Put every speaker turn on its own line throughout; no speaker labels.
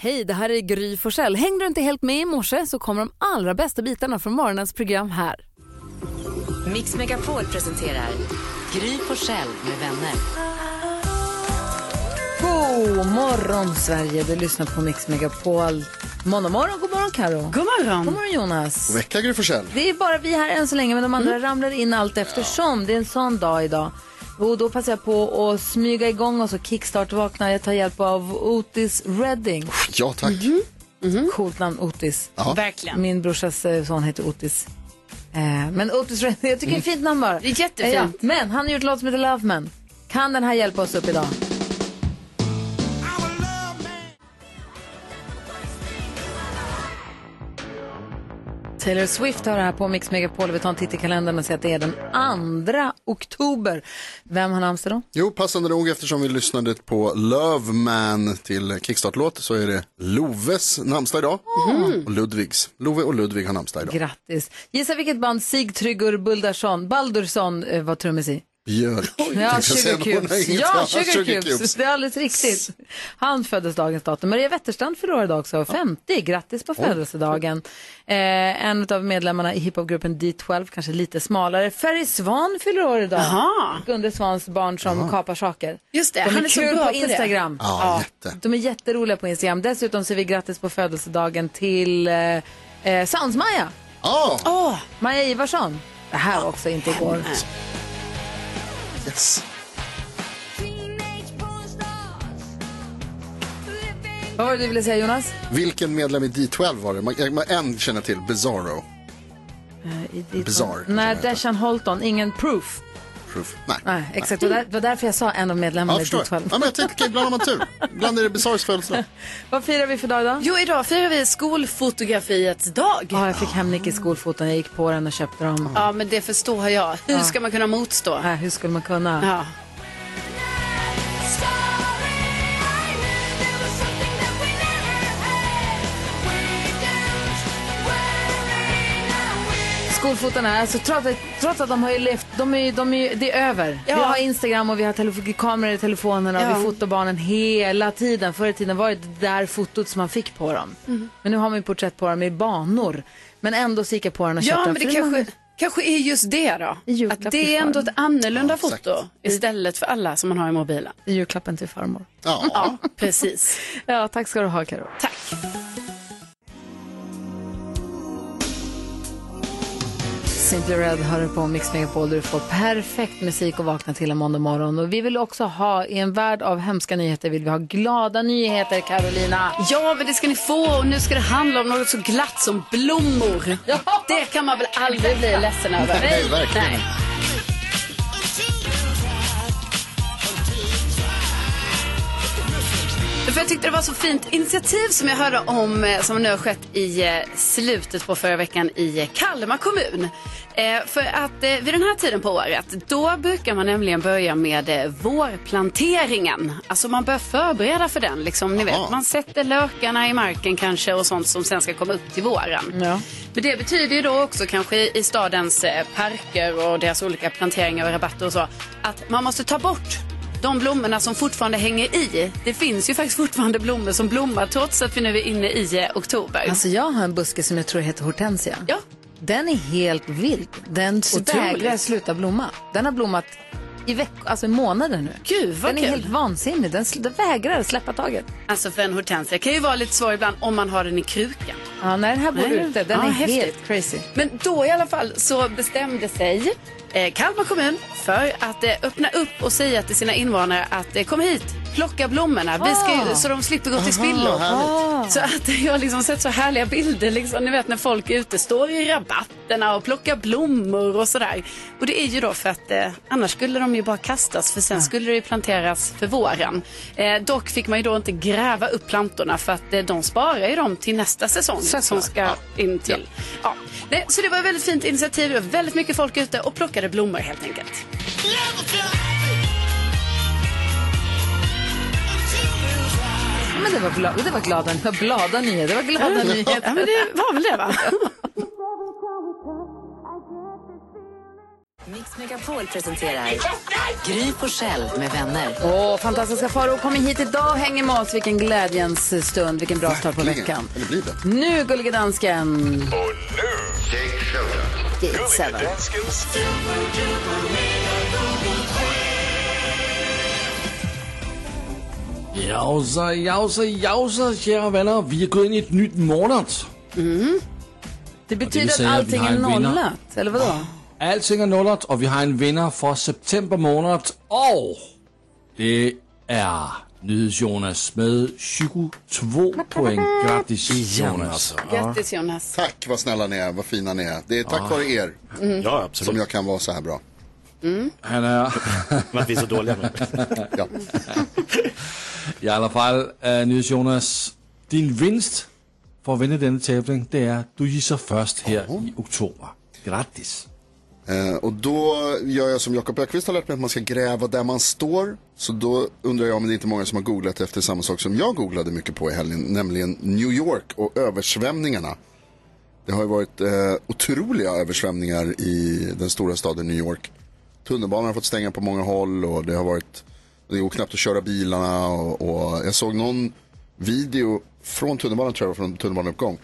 Hej, det här är Gry Forssell. Hängde du inte helt med i morse så kommer de allra bästa bitarna från morgonens program här.
Mix Megapol presenterar Gry Forssell med vänner.
God morgon Sverige, du lyssnar på Mix Megapol. Måndag morgon, god morgon Karo. God morgon. God morgon Jonas.
God vecka Gry Forssell.
Det är bara vi här än så länge men de andra ramlar in allt eftersom. Det är en sån dag idag. Och då passar jag på att smyga igång och så kickstart-vakna. Jag tar hjälp av Otis Redding.
Ja tack.
Mm. Coolt namn, Otis.
Ja.
Verkligen.
Min brorsas eh, son heter Otis. Eh, men Otis Redding, jag tycker det är ett fint namn bara. Eh,
Det är jättefint.
Men han har gjort låt som heter Love Man. Kan den här hjälpa oss upp idag? Taylor Swift har det här på Mix Megapol. Vi tar en titt i kalendern och ser att det är den 2 oktober. Vem har namnsdag då?
Jo, passande nog eftersom vi lyssnade på Love Man till Kickstart-låt så är det Loves namnsdag idag
Mhm.
och Ludvigs. Love och Ludvig har namnsdag idag.
Grattis. Gissa vilket band Sigtryggur Buldarsson, Baldursson eh, var trummis i?
Björk.
Ja,
Tänkte jag säga
Sugar
någon
Cubes.
engelsk.
Ja,
Ja,
Sugar Cubes. Det är alldeles riktigt. Han föddes dagens datum. Maria Wetterstrand fyller år idag också, 50. Grattis på födelsedagen. Eh, en av medlemmarna i hiphopgruppen D12, kanske lite smalare. Ferry Svan fyller år idag.
Aha.
Gunde Svans barn som kapar saker.
Just det,
De är
han är så
kul
bra
på
på det.
Instagram.
Ja, jätte.
De är jätteroliga på Instagram. Dessutom säger vi grattis på födelsedagen till eh, eh, Sounds-Maja.
Ja,
Åh,
Maja Ivarsson. Det här var också inte igår.
yes.
Vad var det du ville säga Jonas?
Vilken medlem i D12 var det? Man, man, en känner till, Bizarro.
I ditt-
Bizarre, kanske
Nej,
den heter.
Dashan Holton, ingen proof.
Proof. Nej.
Nej, Ah, exakt. Det var, där, det var därför jag sa en av
Ja,
medlemmarna
jag
i
förstår. Ja,
D12.
men jag tänkte, ibland har man tur. Ibland är det Bizarros födelsedag.
Vad firar vi för dag idag?
Jo, idag firar vi skolfotografiets dag.
Ja, jag fick hem Nickes skolfoton. Jag gick på den och köpte dem.
Ja, men det förstår jag. Hur ska man kunna motstå?
Nej, hur skulle man kunna?
Ja.
Skolfotarna, alltså, trots, att, trots att de har ju levt, de är, ju- de är, ju- det är över.
Ja.
Vi har Instagram och vi har telefo- kameror i telefonerna och
Ja.
vi fotar barnen hela tiden. Förr i tiden var det det där fotot som man fick på dem. Men nu har man ju porträtt på dem i banor. Men ändå så gick jag på den och köpte
ja,
den.
men det
För är
kanske,
många-
kanske är just det då.
I julklapp
Att
till
det är ändå ett annorlunda
Ja, exakt.
foto istället för alla som man har i mobilen.
i julklappen till farmor.
Ja.
Precis.
Ja, tack ska du ha Karo.
Tack.
Simply Red hör du på Mix Megapol där du får perfekt musik och vakna till en måndag morgon. Och vi vill också ha, i en värld av hemska nyheter, vill vi ha glada nyheter Carolina.
Ja, men det ska ni få och nu ska det handla om något så glatt som blommor. Det kan man väl aldrig bli ledsen över?
Nej, verkligen.
Nej. För jag tyckte det var så fint initiativ som jag hörde om eh, som nu har skett i eh, slutet på förra veckan i eh, Kalmar kommun. Eh, För att eh, vid den här tiden på året då brukar man nämligen börja med eh, vårplanteringen. Alltså man börjar förbereda för den. Liksom, ni
Jaha.
vet, man sätter lökarna i marken kanske och sånt som sen ska komma upp till våren.
Ja.
Men det betyder ju då också kanske i i stadens eh, parker och deras olika planteringar och rabatter och så att man måste ta bort de blommorna som fortfarande hänger i. Det finns ju faktiskt fortfarande blommor som blommar trots att vi nu är inne i eh, oktober.
Alltså jag har en buske som jag tror heter hortensia.
Ja,
Den är helt vild. Den
Otroligt.
vägrar sluta blomma. Den har blommat i veckor, alltså i månader nu.
gud vad
Den är
kul.
helt vansinnig. Den, sl- den vägrar släppa taget.
Alltså för en hortensia kan ju vara lite svår ibland om man har den i krukan.
Ja, nej, den här bor
Nej.
ute. Den
Ja,
är
häftigt.
helt crazy.
Men då i alla fall så bestämde sig eh, Kalmar kommun för att eh, öppna upp och säga till sina invånare att eh, kom hit, plocka blommorna vi ska,
Ah.
ju- så de slipper gå till
Aha,
spillo.
härligt.
Så att jag har liksom sett så härliga bilder, liksom, ni vet när folk är ute, står i rabatterna och plockar blommor och sådär. Och det är ju då för att eh, annars skulle de ju bara kastas för sen skulle det ju planteras för våren. Eh, dock fick man ju då inte gräva upp plantorna för att eh, de sparar ju dem till nästa säsong som ska in till. Ja. Nej, så det var ett väldigt fint initiativ, det var väldigt mycket folk ute och plockade blommor helt enkelt.
Men det var, gla- det var glada, det var glada nyheter. Det var glada nyheter.
Ja men det var väl det va?
Mix Megapol presenterar Gry på själv med vänner.
Åh, fantastiska Farao kommer hit idag och hänger med oss. Vilken glädjens stund, vilken bra start på veckan.
Eller blir det?
Nu, gullige dansken!
Och nu, Jake Showdown.
Gate Seven.
Danskens
Jausa, jausa, jausa, kära vänner. Vi är gått in i ett nytt månad.
Det betyder
vill säga
att
att
allting
vi har
är
en vinnare.
nollat, eller vadå?
Allting är nollat och vi har en vinnare för september månad. Och det är Nyhets-Jonas med 22 poäng. Grattis Jonas.
Grattis Jonas.
Tack vad snälla ni är, vad fina ni är. Det är tack vare er
Ja,
som
absolut.
jag kan vara så här bra.
Han är
Men att vi är så dåliga med.
Ja.
i alla fall, äh, Nyhets-Jonas, din vinst för att vinna denna tävling, det är att du gissar först här i oktober. Grattis.
Eh, och då gör jag som Jakob Ökvist har lärt mig att man ska gräva där man står. Så då undrar jag om det inte är många som har googlat efter samma sak som jag googlade mycket på i helgen, nämligen New York och översvämningarna. Det har ju varit eh, otroliga översvämningar i den stora staden New York. Tunnelbanan har fått stänga på många håll och det har varit, det går knappt att köra bilarna och, och jag såg någon video från tunnelbanan tror jag, från tunnelbaneuppgång,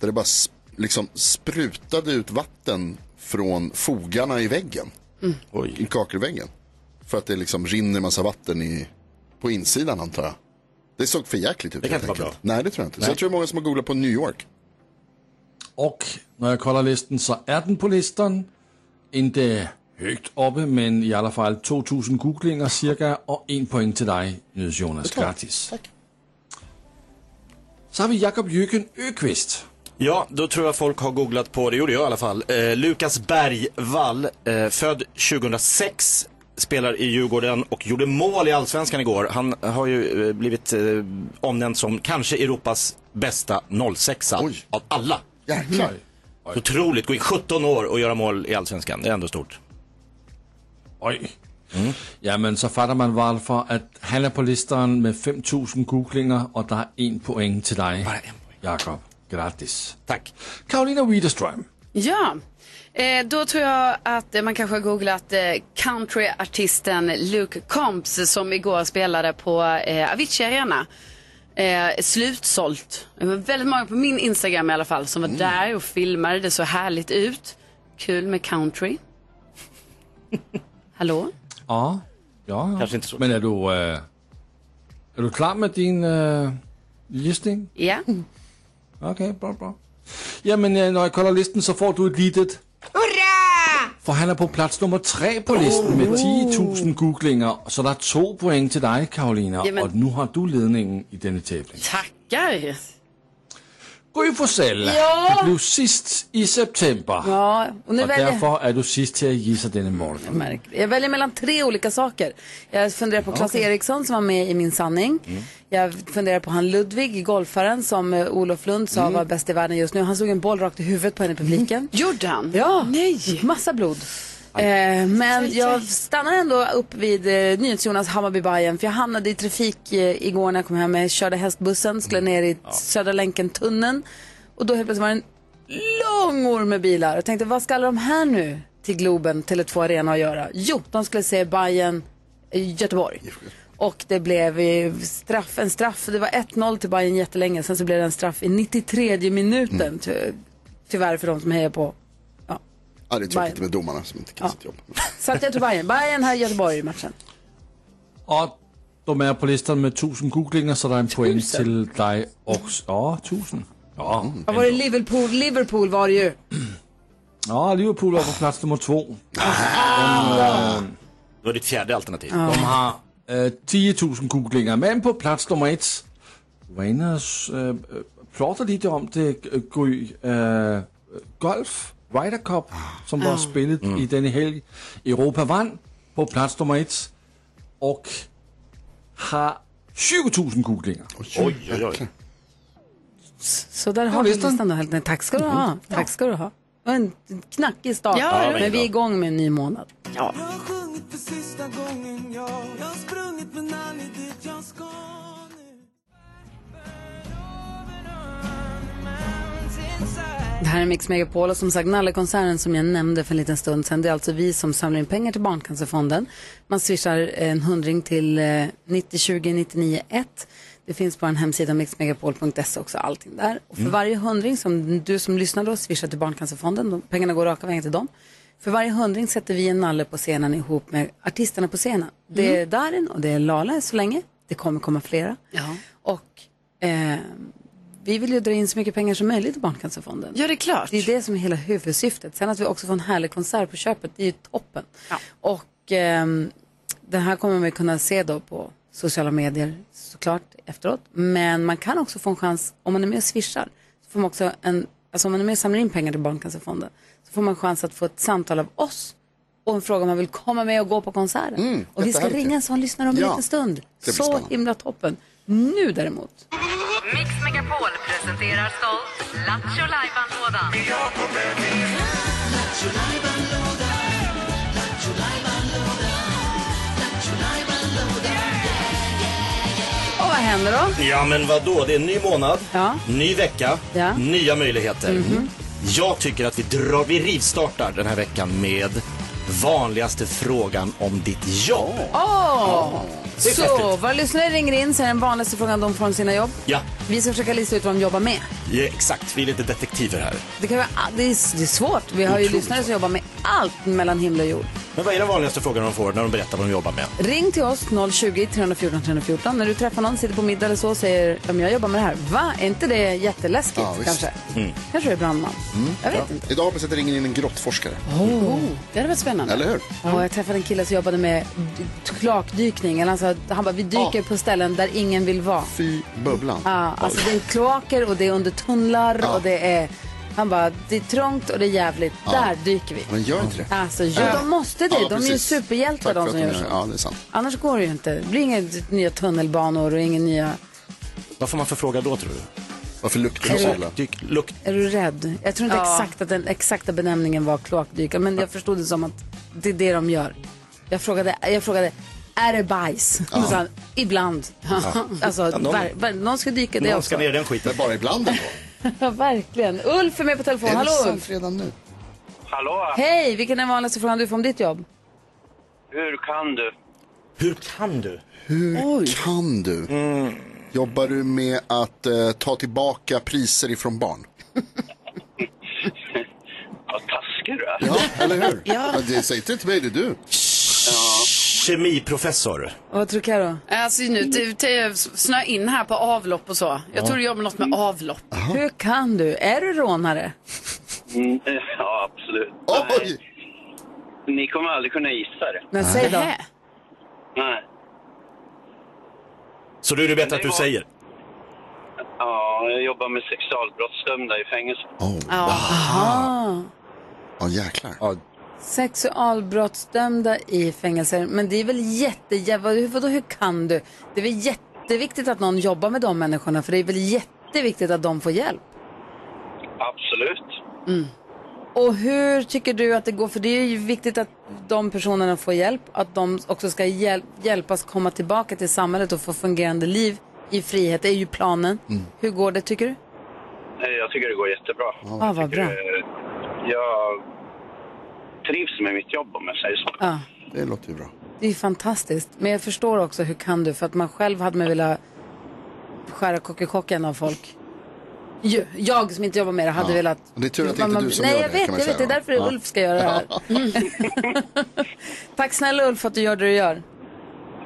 där det bara sp- liksom sprutade ut vatten från fogarna i väggen, i
Mm. Oj.
kakelväggen. För att det liksom rinner massa vatten i, på insidan antar jag. Det såg för jäkligt ut.
Det kan
helt
inte vara
enkelt. Nej, det tror jag inte. Så jag tror det är många som har googlat på New York.
Och när jag kollar listan så är den på listan. Inte högt uppe, men i alla fall 2000 googlingar cirka och en poäng till dig, Nydes Jonas. Grattis.
Tack.
Så har vi Jakob Jürgen Öqvist.
Ja, då tror jag folk har googlat på, det gjorde jag i alla fall, eh, Lukas Bergvall, eh, född 2006, spelar i Djurgården och gjorde mål i Allsvenskan igår. Han har ju eh, blivit eh, omnämnd som kanske Europas bästa 06
Oj.
av alla.
Jäklar.
Mm. Otroligt, gå in 17 år och göra mål i Allsvenskan, det är ändå stort.
Oj. Mm. Jamen, så fattar man varför att han är på listan med 5000 googlingar och det är en poäng till dig,
Bara en poäng.
Jakob. Grattis.
Tack.
Karolina Widerström.
Ja, eh, då tror jag att eh, man kanske har googlat eh, countryartisten Luke Combs som igår spelade på eh, Avicii Arena. Eh, slutsålt. Det var väldigt många på min Instagram i alla fall som var
Mm.
där och filmade. Det såg härligt ut. Kul med country. Hallå?
Ja. ja, ja.
Kanske inte så.
Men är du, äh, är du klar med din äh, gissning?
Ja.
Okej, bra, bra. Jamen, øh, når jeg kolder listen, så får du et litet... Hurra! For han er på plads nummer 3 på listen med 10.000 googlinger, så der er to point til dig, Karolina,
Jamen.
og nu har du ledningen i denne tævling.
Tackar.
Gry Forssell, du blev sidst i september,
Ja, och nu
og
väljer
derfor er du sidst til at gisse denne morgen.
Märkligt. Jag väljer mellan tre olika saker. Jag funderar på Claes Eriksson som var med i Min sanning. Jag funderar på han Ludvig, golfaren som eh, Olof Lund sa var bäst i världen just nu. Han slog en boll rakt i huvudet på henne i publiken.
Gjorde han?
Ja,
Nej.
massa blod. Eh, men jag stannar ändå upp vid eh, NyhetsJonas Hammarby Bajen för jag hamnade i trafik eh, igår när jag kom hem. Jag körde hästbussen, skulle ner i Södra länken-tunneln och då helt plötsligt var det en lång orm med bilar. Jag tänkte, vad ska alla de här nu till Globen, Tele2 Arena att göra? Jo, de skulle se Bayern i Göteborg. Och det blev eh, straff, en straff. Det var 1-0 till Bayern jättelänge. Sen så blev det en straff i 93 minuten. Ty- tyvärr för de som hejar på
Ja, det är tråkigt
Bayern.
med domarna som inte kan sitt jobb.
Så att jag tror Bayern. Bayern här i Göteborg i matchen.
Og du er på listen med 1000 googlinger, så der er en point til dig også. Åh, 1000. Ja,
Vad var det Liverpool? Liverpool var det ju.
Nå, Liverpool var på plads nummer 2.
Det var ditt fjärde alternativ. Mm.
De har øh, 10.000 googlinger. Men på plads nummer et, Rangers øh, øh, plotter lidt om det, øh, Gry. Øh, golf, Ryder Cup, som var spillet i denne helg. Europa vandt på plads nummer et, og har 7.000 googlinger.
Oj, oj, oj.
Så där har vi
listan.
listan då. helt enkelt. Tack ska du ha. Tack ska du ha. Det var en knackig start.
Ja, Ja,
det var
men vi är
bra.
igång med en ny månad. Det här är Mix Megapol och som sagt Nallekonserten som jag nämnde för en liten stund sedan. Det är alltså vi som samlar in pengar till Barncancerfonden. Man swishar en hundring till eh, 90 20 99 1. Det finns på en hemsida mixmegapol.se också allting där. Och för varje hundring som du som lyssnar då swishar till Barncancerfonden, de, pengarna går raka vägen till dem. För varje hundring sätter vi en nalle på scenen ihop med artisterna på scenen. Det är Darin och det är Lala än så länge. Det kommer komma flera. Och eh, vi vill ju dra in så mycket pengar som möjligt till Barncancerfonden.
Ja, det är klart.
Det är det som är hela huvudsyftet. Sen att vi också får en härlig konsert på köpet, det är ju toppen. Och ehm, den här kommer man ju kunna se då på sociala medier såklart efteråt. Men man kan också få en chans, om man är med och swishar, så får man också en, alltså om man är med och samlar in pengar till Barncancerfonden, så får man en chans att få ett samtal av oss och en fråga om man vill komma med och gå på konserten. och vi ska
Mm, jättehärligt.
ringa en sån lyssnare om en
Ja,
liten stund.
det blir
Så
spännande.
himla toppen. Nu däremot.
Mix Megapol presenterar stolt Lattjo Lajban-lådan.
Och vad händer då?
Ja, men vad då? Det är en ny månad,
Ja.
ny vecka,
Ja. Mhm.
nya möjligheter. Jag tycker att vi drar, vi rivstartar den här veckan med vanligaste frågan om ditt jobb.
Åh!
Det är
Så,
häftigt.
våra lyssnare ringer in så är den vanligaste frågan de får om sina jobb.
Ja,
Vi ska försöka lista ut vad de jobbar med.
ja, exakt. Vi är lite detektiver här.
Det, kan vara, det, är, det är svårt. Vi har ju
Otroligt
lyssnare som
svårt.
jobbar med allt mellan himmel och jord.
Men vad är den vanligaste frågan de får när de berättar vad de jobbar med?
Ring till oss 020 314 314. När du träffar någon, sitter på middag eller så och säger om jag jobbar med det här. Va? Är inte det jätteläskigt
Ja, visst. Mm.
kanske? Kanske du är brandman. Jag vet inte.
Idag har precis ringt in en grottforskare,
Det hade varit spännande.
eller hur?
Och jag träffade en kille som jobbade med d- kloakdykning. Eller Alltså, han bara, vi dyker på ställen där ingen vill vara.
Fy bubblan.
Ja, alltså det är kloaker och det är under tunnlar och det är... Han bara, det är trångt och det är jävligt. Där dyker vi.
Men gör inte det.
Alltså, ja, de måste det.
Ja,
de är ju
precis.
superhjältar
Tack för
de
att
som
de
gör
gör
så.
det. Ja, det är sant.
Annars går det ju inte. Det blir inga nya tunnelbanor och inga nya...
Vad får man för fråga då, tror du?
Varför luktar det så illa?
Dyk, lukt.
Är du rädd? Jag tror inte exakt att den exakta benämningen var kloakdykare, men jag förstod det som att det är det de gör. Jag frågade, jag frågade är det bajs? Då sa han, ibland. alltså,
någon-
ver, ver, någon ska dyka det
Någon ska
också.
ner i den skiten.
Men bara ibland ändå.
Ja, verkligen. Ulf är med på telefon.
Är det
Hallå Ulf!
sant redan nu?
Hallå,
Hej, vilken är den vanligaste frågan du får om ditt jobb?
hur kan du?
Hur kan du?
Hur kan du? Jobbar du med att eh, ta tillbaka priser ifrån barn?
Vad taskig du är.
Ja, eller hur? ja. Det säger inte till mig, det är du.
Kemiprofessor.
Och vad tror du Karo?
Alltså nu du- te- snöa in här på avlopp och så. Jag tror du jobbar något med avlopp.
Hur kan du? Är du rånare?
Mm, eh, ja, absolut. Nej,
Oj!
ni kommer aldrig kunna gissa det.
Men säg då.
Hä?
Nej.
Så det är det bättre att du
var-
säger.
Ja, jag jobbar med sexualbrottsdömda i fängelse.
Åh,
Ah,
oh, jäklar.
sexualbrottsdömda i fängelser. Men det är väl jätte... jä- vad- Vadå, hur kan du? Det är väl jätteviktigt att någon jobbar med de människorna för det är väl jätteviktigt att de får hjälp.
Absolut.
Och hur tycker du att det går? För det är ju viktigt att de personerna får hjälp, att de också ska hjäl- hjälpas komma tillbaka till samhället och få fungerande liv i frihet. Det är ju planen. Hur går det tycker du?
Nej, Eh, Jag tycker det går jättebra.
ah, vad bra.
Eh, Jag trivs med mitt jobb om jag säger så.
Ja,
Det låter ju bra.
det är ju fantastiskt. Men jag förstår också hur kan du? För att man själv hade man velat skära kockekockan av folk. Ju- Jag som inte jobbar med det hade velat...
Det är tur att det
Man-
inte är
man-
du som
Nej,
gör
jag
det,
vet,
kan man
jag vet. Det
säga
är
då.
därför Ulf ska göra det här. Mm. Tack snälla Ulf för att du gör det du gör.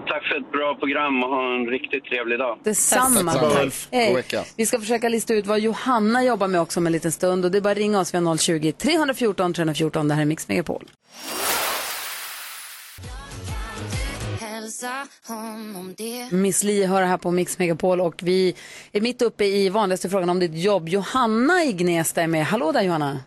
Tack för ett bra program och ha en riktigt trevlig dag.
Detsamma.
Tack.
Tack.
Ulf. God
Hej.
vecka.
Vi ska försöka lista ut vad Johanna jobbar med också om en liten stund. Och det är bara att ringa oss vid 020-314 314. Det här är Mix Megapol. Miss Li hör här på Mix Megapol och vi är mitt uppe i vanligaste frågan om ditt jobb. Johanna i Gnesta är med. Hallå där Johanna.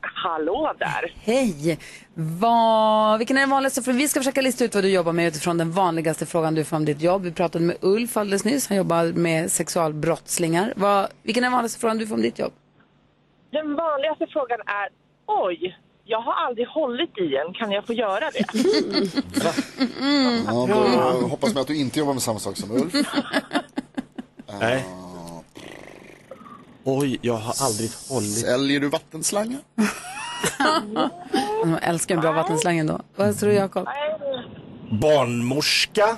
Hallå där!
Hej. Vad, vilken är den vanligaste frågan? Vi ska försöka lista ut vad du jobbar med utifrån den vanligaste frågan du får om ditt jobb. Vi pratade med Ulf alldeles nyss. Han jobbar med sexualbrottslingar. Vad, vilken är den vanligaste frågan du får om ditt jobb?
Den vanligaste frågan är oj, jag har aldrig hållit i en, kan jag få göra det?
Ja, då hoppas man att du inte jobbar med samma sak som Ulf.
Nej. Oj, jag har aldrig hållit.
Säljer du vattenslangar?
Jag älskar en bra vattenslang ändå. Vad tror du Jakob?
Barnmorska?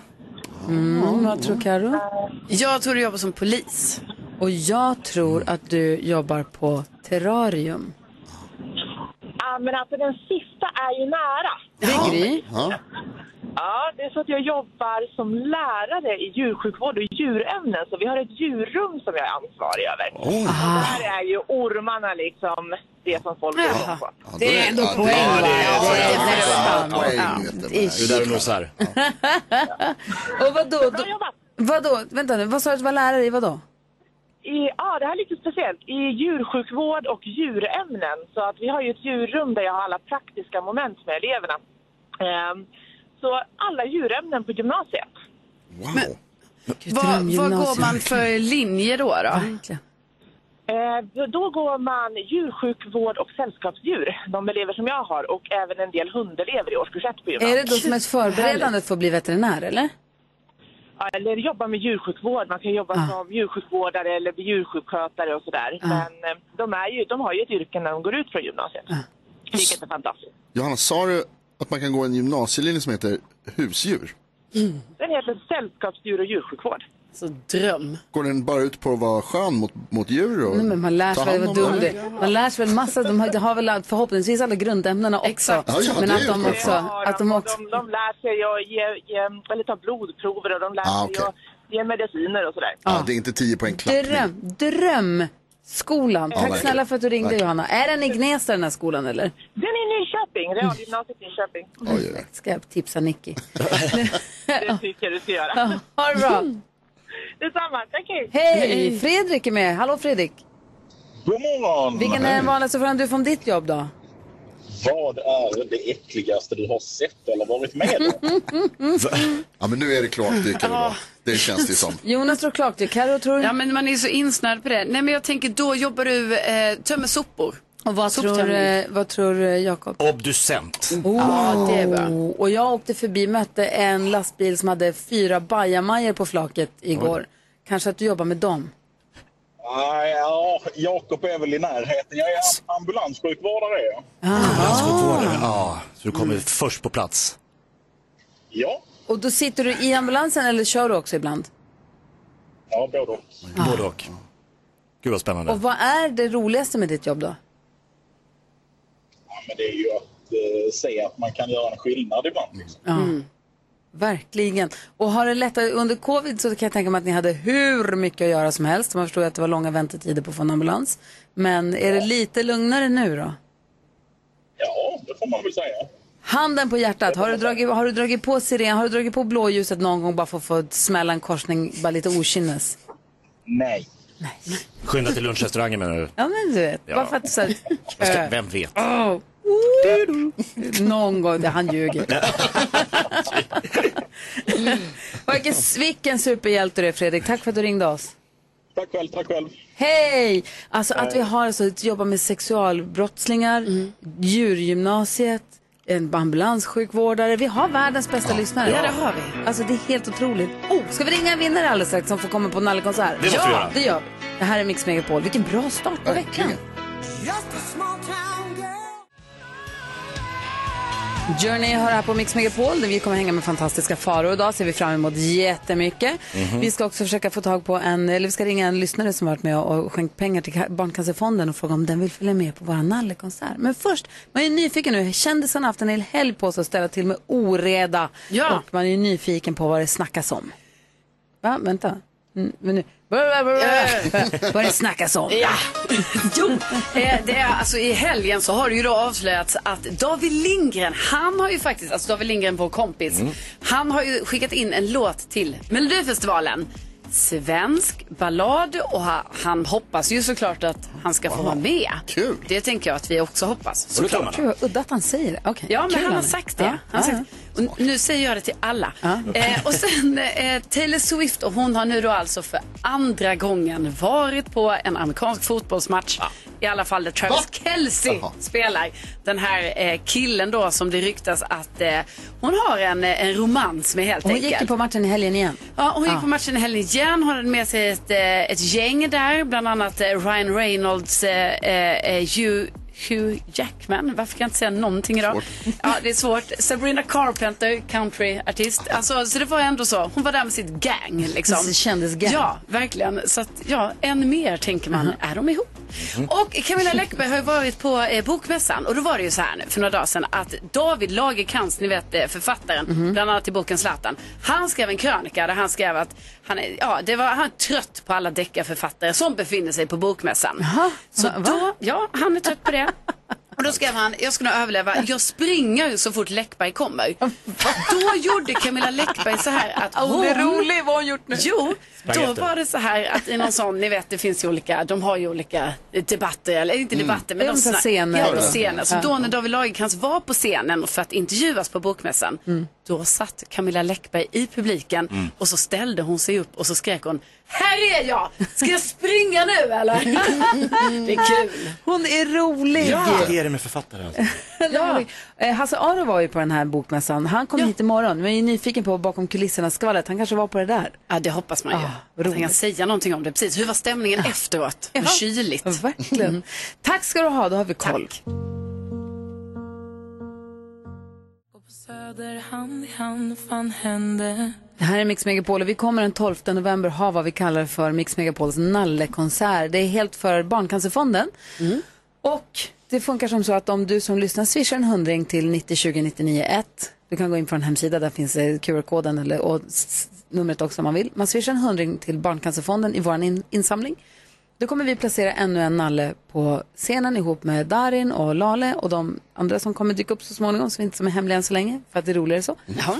Mm, vad tror Karo?
Jag tror du jobbar som polis.
Och jag tror att du jobbar på terrarium.
Ah, men alltså den sista är ju nära.
Det är Gry.
Ja.
Ja, det är så att jag jobbar som lärare i djursjukvård och djurämnen, så vi har ett djurrum som jag är ansvarig över.
Oj.
Där är ju ormarna liksom det som folk jobbar på.
Ja, då
Det är ändå
ja,
poäng,
ja, det är-
va?
det är-
Ja, det är nästan.
ja, poäng,
Ja.
vet du.
Det är där du nosar.
Och vadå? Då,
Bra jobbat!
vadå? Vänta nu, vad sa du att du var lärare i? Vadå?
I, ja, det här är lite speciellt. I djursjukvård och djurämnen. Så att vi har ju ett djurrum där jag har alla praktiska moment med eleverna. Ehm, så alla djurämnen på gymnasiet.
Wow.
Vad, vad går man för linje då?
Ah.
då?
Verkligen.
Ehm, då- då går man djursjukvård och sällskapsdjur, de elever som jag har, och även en del hundelever i årskurs 1 på
Är
gymnasiet.
det då som ett förberedande för att bli veterinär, eller?
Ja, Eller jobba med djursjukvård, man kan jobba
Ah.
som djursjukvårdare eller bli djursjukskötare och sådär. Men eh, de, är ju, de har ju ett yrke när de går ut från gymnasiet. Vilket är fantastiskt.
Johanna, sa du att man kan gå en gymnasielinje som heter husdjur?
Den heter sällskapsdjur och djursjukvård.
Alltså,
Så dröm.
Går den bara ut på att vara skön mot, mot djur? Och
Nej, men man lär sig
ta
väl,
hand
vad
om
dum
dem?
du är. Man lär sig väl massa, de har, de har väl förhoppningsvis alla grundämnena också.
Exakt.
Ja, ja,
men
det
att
är
de
ju
också,
Ja,
att de också...
alltså, de, de lär sig att ge, ge, eller ta blodprover och de lär
Ah,
sig
okej.
att ge mediciner och sådär.
Ah.
Ja, det är inte 10 poäng klappning.
Dröm, drömskolan. Tack
verkligen.
snälla för att du ringde
Verkligen.
Johanna. Är den i Gnesta den här skolan eller?
Den är i Nyköping,
Mm.
Realgymnasiet i Nyköping.
Oj, oj, oj.
Ska jag tipsa Nicky.
Det tycker jag du ska göra.
Ha det bra.
Mm.
Detsamma, tack hej!
Hej, Fredrik är med. Hallå Fredrik.
God morgon!
Vilken är den vanligaste frågan du får om ditt jobb då?
Vad är det äckligaste du har sett eller varit med om?
Ja, men nu är det kloakdyk eller vad? Det känns det som.
Jonas tror klart det. Carro tror
Ja, men man är så insnärd på det. Nej, men jag tänker då jobbar du eh, tömmer sopor.
Och vad tror, eh, vad tror eh, Jakob?
Obducent.
Ja, det är bra.
Oh, Och jag åkte förbi, mötte en lastbil som hade fyra bajamajor på flaket igår. Kanske att du jobbar med dem?
Nej, ja, Jakob är väl i närheten. Jag är ambulanssjukvårdare. ja.
Landskottvårdare. Ja, så du kommer först på plats.
Ja,
Och då sitter du i ambulansen eller kör du också ibland?
ja både och.
Både och. Gud vad spännande.
Och vad är det roligaste med ditt jobb då?
Ja, men det är ju att eh, se att man kan göra en skillnad ibland. Liksom.
Verkligen. Och har det lättare under covid så kan jag tänka mig att ni hade hur mycket att göra som helst. Man förstod att det var långa väntetider på att få en ambulans. Men är det lite lugnare nu då?
Ja, det får man väl säga.
Handen på hjärtat, har du dragit, har du dragit på siren, har du dragit på blåljuset någon gång bara för att få smälla en korsning bara lite okynnes?
Nej.
Skynda till lunchrestaurangen menar du?
Ja men du vet, bara för att så här,
Jag ska- Vem vet?
Åh. Någon gång, det han ljuger. vilken, vilken superhjälte du är Fredrik, tack för att du ringde oss.
Tack själv, tack själv.
Hej! Alltså att vi har alltså, att jobba med sexualbrottslingar,
Mm.
djurgymnasiet, en ambulanssjukvårdare. Vi har världens bästa lyssnare.
Ja, det har vi.
Alltså det är helt otroligt. Oh, ska vi ringa en vinnare alldeles strax som får komma på nallekonsert?
Det måste
ja,
vi göra.
det gör vi. Det här är Mix Megapol. Vilken bra start på veckan. Journey hör här på Mix Megapol där vi kommer hänga med fantastiska faror. Idag ser vi fram emot jättemycket. Vi ska också försöka få tag på en, eller vi ska ringa en lyssnare som varit med och skänkt pengar till Ca- Barncancerfonden och fråga om den vill följa med på vår nallekonsert. Men först, man är ju nyfiken nu. Kändisarna har haft en hel helg på sig att ställa till med oreda.
Ja.
Och man är ju nyfiken på vad det snackas om. Va? Vänta. Mm, men nu. Vad det snackas om.
Ja, jo. Eh, Det är, alltså, I helgen så har det ju då avslöjats att David Lindgren, han har ju faktiskt, alltså David Lindgren vår kompis, han har ju skickat in en låt till Melodifestivalen. Svensk ballad och ha- han hoppas ju såklart att han ska få vara med.
Kul.
Det tänker jag att vi också hoppas.
Så det kan man.
Gud vad udda att han säger det. Okej.
Ja, men
Kul,
han har
Anna.
sagt det.
Ja.
Han har
Ja,
sagt,
ja.
Och nu säger jag det till alla. Eh, och sen eh, Taylor Swift, och hon har nu då alltså för andra gången varit på en amerikansk fotbollsmatch. I alla fall där Travis Kelce spelar. Den här eh, killen då som det ryktas att eh, hon har en, eh, en romans med helt
Hon
enkelt.
gick ju på matchen i helgen igen.
Ja, hon gick
Ja.
på matchen i helgen igen. Hon hade med sig ett, eh, ett gäng där, bland annat eh, Ryan Reynolds, eh, eh, Hugh, Hugh Jackman. Varför kan jag inte säga någonting idag? Ja, det är svårt. Sabrina Carpenter, countryartist. Alltså, så det var ändå så. Hon var där med sitt gang. Liksom.
Kändisgang.
Ja, verkligen. Så att, ja, än mer tänker man, är de ihop? Och Camilla Läckberg har ju varit på eh, Bokmässan och då var det ju så här nu för några dagar sedan att David Lagercrantz, ni vet eh, författaren, bland annat till boken Zlatan, han skrev en krönika där han skrev att han är, ja, det var, han är trött på alla deckarförfattare som befinner sig på Bokmässan. Så då, ja, han är trött på det. Och då skrev han, jag ska nog överleva, jag springer så fort Läckberg kommer. Då gjorde Camilla Läckberg så här att hon...
Hon är rolig, vad har hon gjort nu?
Jo,
Sprang
då
efter.
var det så här att i någon sån, ni vet det finns ju olika, de har ju olika debatter, eller inte debatter men
Det är
de
olika
snack-
scener.
Ja, på scener. Så då när David Lagercrantz var på scenen för att intervjuas på Bokmässan, då satt Camilla Läckberg i publiken och så ställde hon sig upp och så skrek hon, här är jag, ska jag springa nu eller? det är kul.
Hon är rolig.
Ja, det är det med författare alltså.
Ja. Eh, Hasse Aro var ju på den här bokmässan. Han kom hit imorgon. Men jag är nyfiken på bakom kulisserna skvallet. Han kanske var på det där.
Ja, det hoppas man ju. att han kan
roligt.
säga någonting om det. Precis, hur var stämningen efteråt? Hur kyligt?
Verkligen. Tack ska du ha, då har vi koll. Det här är Mix Megapol och vi kommer den 12 november ha vad vi kallar för Mix Megapols nallekonsert. Det är helt för Barncancerfonden. Och det funkar som så att om du som lyssnar swishar en hundring till 90 20 99 1. Du kan gå in på en hemsida, där finns eh, QR-koden eller, och s- numret också om man vill. Man swishar en hundring till Barncancerfonden i vår in- insamling. Då kommer vi placera ännu en nalle på scenen ihop med Darin och Lale och de andra som kommer dyka upp så småningom, som inte som är hemliga än så länge, för att det är roligare så.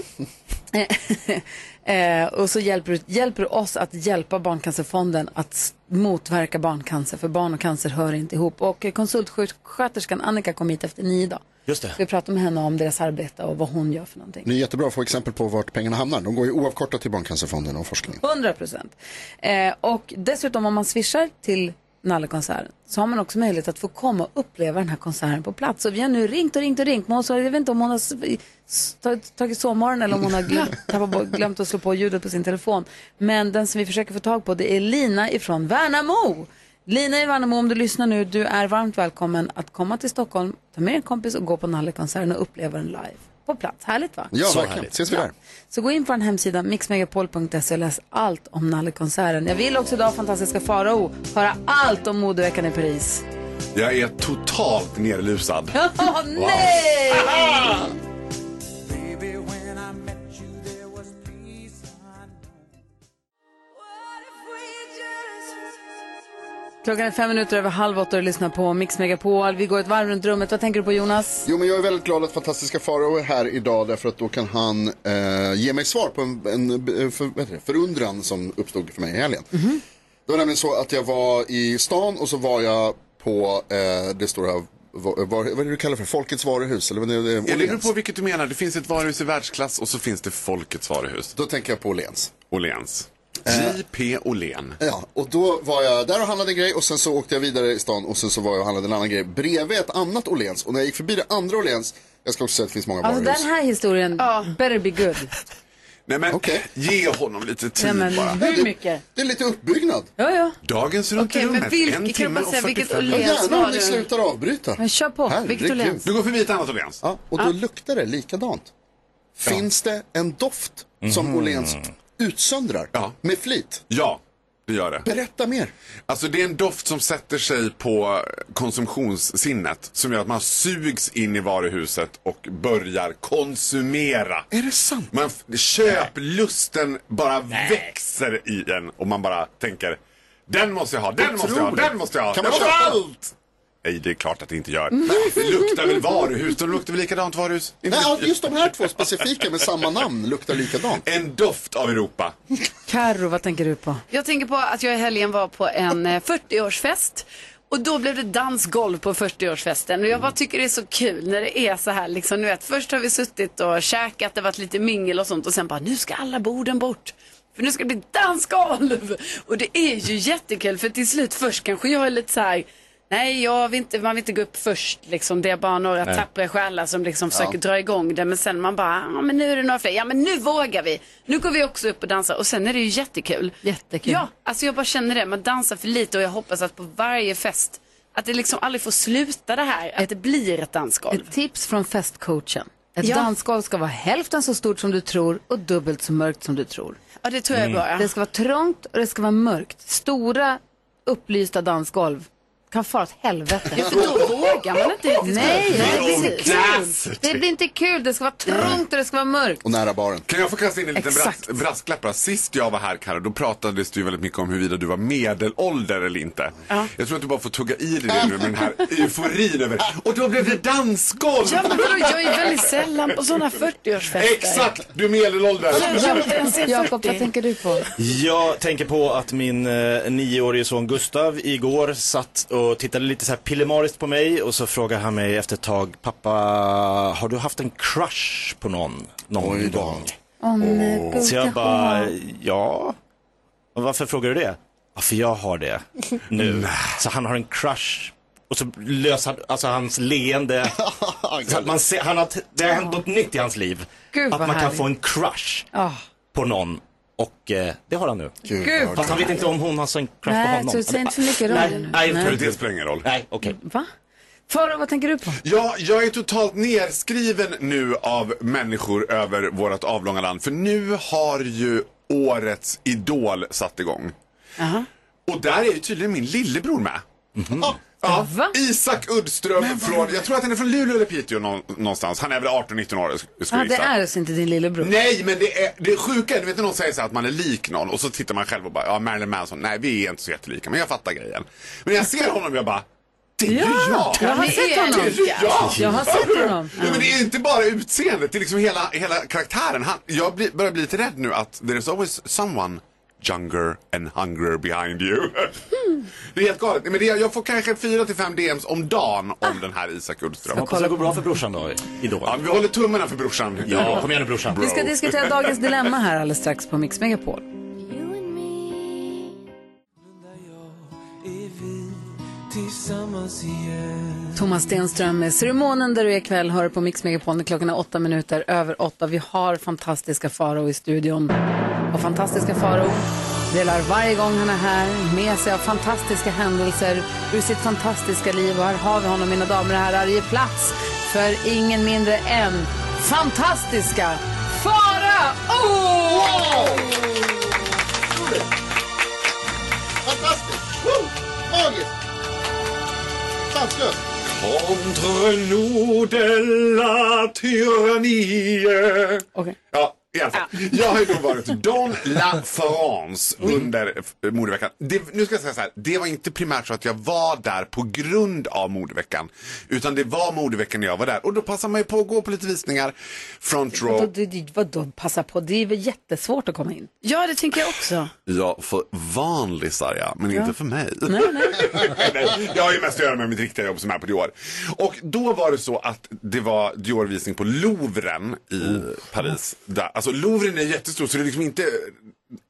Eh, och så hjälper du, hjälper du oss att hjälpa Barncancerfonden att s- motverka barncancer, för barn och cancer hör inte ihop. Och eh, konsultsjuksköterskan Annika kom hit efter nio dagar.
Just det.
Så vi pratade med henne om deras arbete och vad hon gör för någonting.
Det är jättebra att få exempel på vart pengarna hamnar. De går ju oavkortat till Barncancerfonden och forskningen.
100 procent. Eh, och dessutom om man swishar till Nallekonserten så har man också möjlighet att få komma och uppleva den här konserten på plats. Och vi har nu ringt och ringt och ringt. Men hon sa, jag vet inte om hon har s- s- tagit- tagit sovmorgon eller om hon har glömt, tappat bort- glömt att slå på ljudet på sin telefon. Men den som vi försöker få tag på det är Lina ifrån Värnamo. Lina i Värnamo, om du lyssnar nu, du är varmt välkommen att komma till Stockholm, ta med en kompis och gå på Nallekonserten och uppleva den live på plats. Härligt va?
Ja,
Så
verkligen.
härligt.
Ses vi där.
Så gå in på en hemsida, mixmegapol.se och läs allt om Nallekonserten. Jag vill också idag, fantastiska Farao, höra allt om modeveckan i Paris.
Jag är totalt nerlusad.
Åh nej! Klockan är fem minuter över halv åtta och du lyssnar på Mix Megapol. Vi går ett varv runt rummet. Vad tänker du på Jonas?
Jo, men jag är väldigt glad att fantastiska Farao är här idag därför att då kan han eh, ge mig svar på en, en eh, för, vad heter det, förundran som uppstod för mig i helgen. Det var nämligen så att jag var i stan och så var jag på eh, det stora, var, var, vad är det du kallar för, Folkets varuhus? Eller vad är det,
Ja, det beror
Åhléns.
på vilket du menar. Det finns ett varuhus i världsklass och så finns det Folkets varuhus.
Då tänker jag på Åhléns.
Åhléns.
Eh.
J.P. Åhlén.
Ja, och då var jag där och handlade en grej och sen så åkte jag vidare i stan och sen så var jag och handlade en annan grej bredvid ett annat Åhléns. Och när jag gick förbi det andra Åhléns, jag ska också säga att det finns många
Alltså
varuhus.
den här historien, better be good.
Nej men,
Okej.
ge honom lite tid
Nej, men,
bara.
hur mycket?
Det är lite uppbyggnad.
Ja, ja.
Dagens runt i
Okej, men
rummet,
vilket-
en
kan
timme
man
och
säga vilket
45
Ja,
Åhléns?
minuter.
gärna om
var
ni
du-
slutar avbryta.
Men kör på.
Herregud.
Vilket Åhléns?
Du går förbi ett annat Åhléns.
Ja, och då luktar det likadant. Finns det en doft som Åhléns utsöndrar
Mhm. Ja.
med flit?
Ja, det gör det.
Berätta mer.
Alltså det är en doft som sätter sig på konsumtionssinnet som gör att man sugs in i varuhuset och börjar konsumera.
Är det sant?
Man, f- köplusten bara växer i en och man bara tänker den måste jag ha, den måste jag ha, den måste jag ha,
Kan
den
man
måste jag
köpa
ha
den?
allt! Nej, det är klart att det inte gör. Det luktar väl varuhus? De luktar väl likadant varuhus? Inte
Nej, ja,
mycket.
just de här två specifika med samma namn luktar likadant.
En doft av Europa.
Carro, vad tänker du på?
Jag tänker på att jag i helgen var på en eh, 40-årsfest. Och då blev det dansgolv på 40-årsfesten och jag bara tycker det är så kul när det är så här liksom, nu vet, först har vi suttit och käkat, det har varit lite mingel och sånt och sen bara, nu ska alla borden bort. För nu ska det bli dansgolv! Och det är ju jättekul för till slut först kanske jag är lite så här, nej jag vill inte, man vill inte gå upp först liksom, det är bara några
Nej.
tappra själar som liksom
Ja.
försöker dra igång det men sen man bara, ja men nu är det några fler, ja men nu vågar vi, nu går vi också upp och dansar och sen är det ju jättekul.
Jättekul.
Ja, alltså jag bara känner det. Man dansar för lite och jag hoppas att på varje fest att det liksom aldrig får sluta det här. Att det blir ett dansgolv.
Ett tips från festcoachen. Ett
Ja.
dansgolv ska vara hälften så stort som du tror och dubbelt så mörkt som du tror.
Ja, det tror jag är bra. ja.
Det ska vara trångt och det ska vara mörkt. Stora upplysta dansgolv kan fara åt helvete.
Ja, för då vågar man inte riktigt.
Nej,
Det är
det blir inte kul.
omklassigt.
Det blir inte kul. Det ska vara trångt och det ska vara mörkt.
Och nära baren.
Kan jag få kasta in en liten
Exakt.
bras- brasklapp? här? Sist jag var här, Karo, då pratades det ju väldigt mycket om huruvida du var medelålder eller inte. Jag tror att du bara får tugga i dig det nu med den här euforin över Och då blev det dansgolv!
Ja, men vadå, jag är väldigt sällan på sådana 40-årsfester.
Exakt! Du är medelålder.
Jakob, vad tänker du på?
Jag tänker på att min eh, nioårige son Gustav igår satt och tittade lite så här pillemariskt på mig och så frågade han mig efter ett tag, pappa, har du haft en crush på någon någon gång?
Åh nej,
Så jag bara, ja. Och varför frågar du det? Ja, för jag har det nu. Så han har en crush. Och så lös han, alltså hans leende. så att man ser, han har, t- det har hänt något nytt i hans liv.
Gud,
att
vad
man kan
härligt.
få en crush
Ah.
på någon. Och eh, det har han nu.
Gud, vad
Fast han vet inte om hon har så en crush på
Nej,
honom.
så det säger inte för mycket roll
Nej,
nu.
nej,
Nej.
nej.
Det spelar ingen roll.
Nej, okej.
Va? Farao, vad tänker du på?
Ja, jag är totalt nerskriven nu av människor över vårt avlånga land. För nu har ju årets idol satt igång. Och där är ju tydligen min lillebror med. Mhm. Ja, Isak Uddström från, jag tror att han är från Luleå eller Piteå nå- någonstans. Han är väl 18-19 år sk- skulle
Ja,
jag
det
gissa.
är alltså inte din lillebror.
Nej, men det, är, det sjuka är, du vet när någon säger så här att man är lik någon och så tittar man själv och bara, ja Marilyn Manson, nej vi är inte så jättelika, men jag fattar grejen. Men när jag ser honom, jag bara, det är ju jag!
Jag har
Det
sett
är
honom.
ju jag!
Jag har sett honom.
Ja, men det är inte bara utseendet, det är liksom hela, hela karaktären. Han, jag blir, börjar bli lite rädd nu att there is always someone younger and hungrier behind you. Det är helt galet. Men det, jag får kanske 4-5 DMs om dagen
Ah.
om den här Isak Ullström.
Hoppas det går bra för brorsan då, Idol.
Ja, vi håller tummarna för brorsan.
Ja, kom igen nu brorsan.
Vi ska diskutera dagens dilemma här alldeles strax på Mix Megapol.
Tillsammans igen.
Thomas Stenström med ceremonen där du är ikväll hör på Mix Megapol när klockan är åtta minuter över åtta. Vi har fantastiska Faro i studion. Och fantastiska Faro delar varje gång han är här med sig av fantastiska händelser ur sitt fantastiska liv. Och här har vi honom, mina damer och herrar, i plats för ingen mindre än fantastiska Fara!
Fantastiskt! Woo! Magiskt! Sanslöst!
Contre nous de la tyrannie. Ja, i alla fall. Jag har ju då varit Don La France under eh, modeveckan. Det, nu ska jag säga så här, det var inte primärt så att jag var där på grund av modeveckan. Utan det var modeveckan när jag var där. Och då passar man ju på att gå på lite visningar. Front row.
Vadå, passa på? Det är väl jättesvårt att komma in?
Ja, det tänker jag också.
Ja, för vanlisar ja, men
Ja.
inte för mig.
Nej, nej.
Nej, jag har ju mest att göra med mitt riktiga jobb som är på Dior. Och då var det så att det var Dior-visning på Louvren i Paris. Där, alltså Louvren är jättestor så det är liksom inte...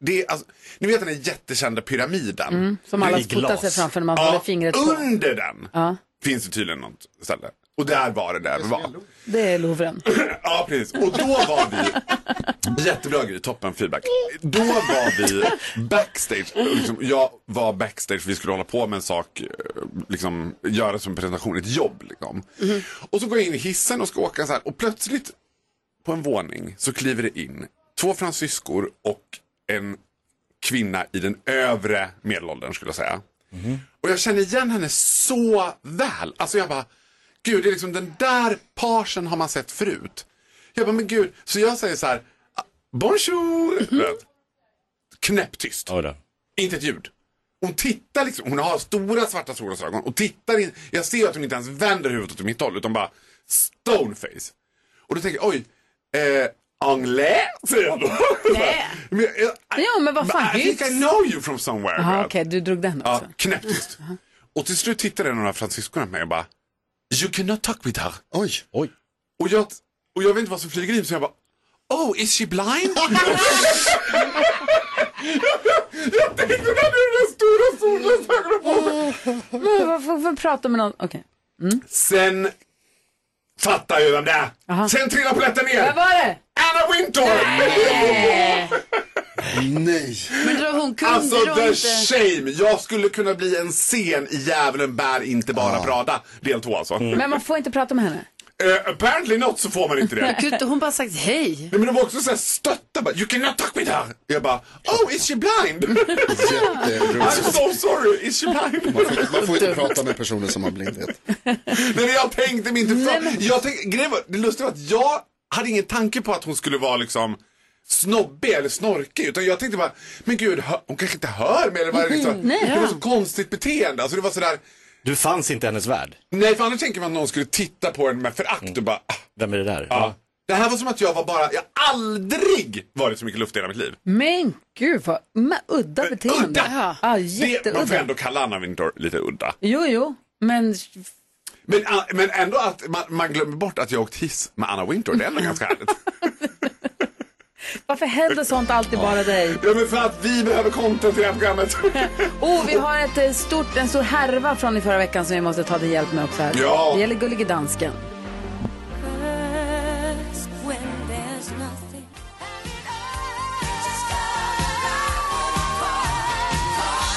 Det är, alltså, ni vet den här jättekända pyramiden.
Mm, som alla I fotar glas. sig framför när man håller fingret på.
Under den
Ja,
finns det tydligen något ställe. Och där var det där vi var.
det är Louvren.
Ja, precis. Och då var vi... Jättebra Gry, toppen feedback. Då var vi backstage. Liksom, jag var backstage, vi skulle hålla på med en sak, eh, liksom, göra som en presentation, ett jobb. Liksom. Och så går jag in i hissen och ska åka så här och plötsligt på en våning så kliver det in två fransyskor och en kvinna i den övre medelåldern skulle jag säga. Och jag känner igen henne så väl. Alltså jag bara, gud det är liksom den där parsen har man sett förut. Jag bara, men gud. Så jag säger så här, "Ah, bonjour. Vet. Knäpptyst. Inte ett ljud. Hon tittar liksom, hon har stora svarta solglasögon och tittar in. Jag ser ju att hon inte ens vänder huvudet åt mitt håll utan bara stoneface. Och då tänker jag, oj, eh, anglais säger jag då. Men jag- jag-
Ja, men vad fan,
I think I
hyfs.
know you from somewhere.
Jaha,
vet.
okej, du drog den också.
Ja, knäpptyst. Och till slut tittade några fransyskorna på mig och bara You cannot talk with her. Oj. Oj. Och jag, och jag vet inte vad som flyger in så jag bara Oh, is she blind? jag tänkte när du den stora solglasögonen på mig.
Men varför, varför prata med någon? Okej.
Sen fattar jag vem det är. Sen trillar polletten ner.
Vad var det?
Anna Wintour! Nej.
Men då hon kunde
Alltså
då
the
inte...
shame. Jag skulle kunna bli en scen i Djävulen bär inte bara Prada. Del två alltså.
Men man får inte prata med henne.
Eh, apparently not så får man inte
Men
det.
kunde inte hon bara sagt hej?
Nej, men de var också såhär stötta bara, you cannot talk with her. Jag bara, oh is she blind? I'm so sorry, is she blind?
Man får, man får inte prata med personer som har blindhet.
Nej, men jag tänkte mig inte fram. Jag tänkte, grejen var, det lustiga var att jag hade ingen tanke på att hon skulle vara liksom snobbig eller snorkig. Utan jag tänkte bara, men gud, hör, hon kanske inte hör mig. Eller vad är det, liksom,
Mhm, nej.
det var så konstigt beteende. Alltså, det var sådär,
Du fanns inte i hennes värld.
nej för annars tänker man att någon skulle titta på en med förakt och bara, ah,
Vem är det där?
ja. Det här var som att jag var bara, jag har aldrig varit så mycket luft i hela mitt liv.
Men gud vad men, udda beteende. Udda! Ja,
Det, man får
jätteudda.
ändå kalla Anna Wintour lite udda.
Jo, jo, men
Men, äh, men ändå att man, man glömmer bort att jag åkt hiss med Anna Wintour, det är ändå ganska härligt.
varför händer sånt alltid bara dig?
Ja men för att vi behöver content i det här programmet.
Oh, vi har ett eh, stort, en stor härva från i förra veckan som vi måste ta din hjälp med också här.
Ja.
Det gäller Gullige Dansken.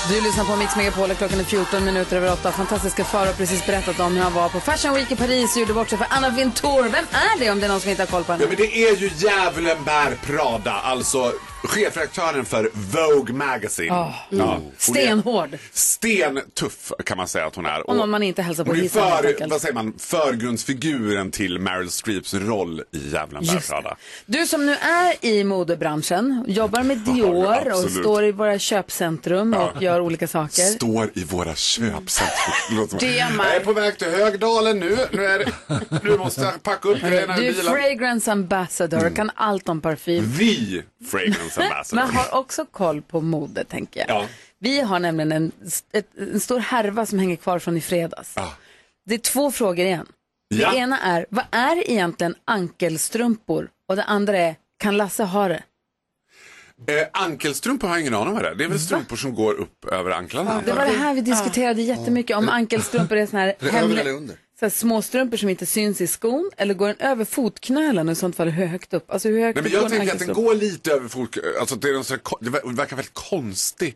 Du lyssnar på Mix Megapol och klockan är 14 minuter över 8. Fantastiska Farao har precis berättat om hur han var på Fashion Week i Paris och gjorde bort sig för Anna Wintour. Vem är det om det är någon som inte har koll på henne?
Ja, men det är ju djävulen bär Prada, alltså chefredaktören för Vogue Magazine.
Ah.
Ja,
Mm.
hon är
Stenhård.
Stentuff kan man säga att hon är.
Och någon man inte hälsar på
hon är
hissen, helt
för,
enkelt.
vad säger man, förgrundsfiguren till Meryl Streeps roll i Djävulen bär
Just det.
Prada.
Du som nu är i modebranschen, jobbar med
Ja,
Dior och
absolut.
står i våra köpcentrum och gör olika saker. Mm.
Står i våra köpcentrum. Det låter som-
Det är man.
Jag är på väg till Högdalen nu. Nu, är det, nu måste jag packa upp grejerna
Du
i
är
bilen.
fragrance ambassador, kan allt om parfym.
Vi Fragrance Ambassador.
Men har också koll på mode, tänker jag.
Ja.
Vi har nämligen en, ett, en stor härva som hänger kvar från i fredags. Det är två frågor igen.
Ja.
Det ena är, vad är egentligen ankelstrumpor? Och det andra är, kan Lasse ha det?
Eh, ankelstrumpor har jag ingen aning om vad det är. Det är väl strumpor som går upp över anklarna.
Det
antar
var
jag.
det här vi diskuterade jättemycket om ankelstrumpor är såna
Är
här
det över
hemliga,
eller under?
så här småstrumpor som inte syns i skon eller går den över fotknölen och i sånt fall hur högt upp? Alltså hur högt
Nej, men
upp går
jag
en
tänker att den
ankelstrumpa?
går lite över folk. Alltså, det, är en sån här, ko- det ver- verkar väldigt konstig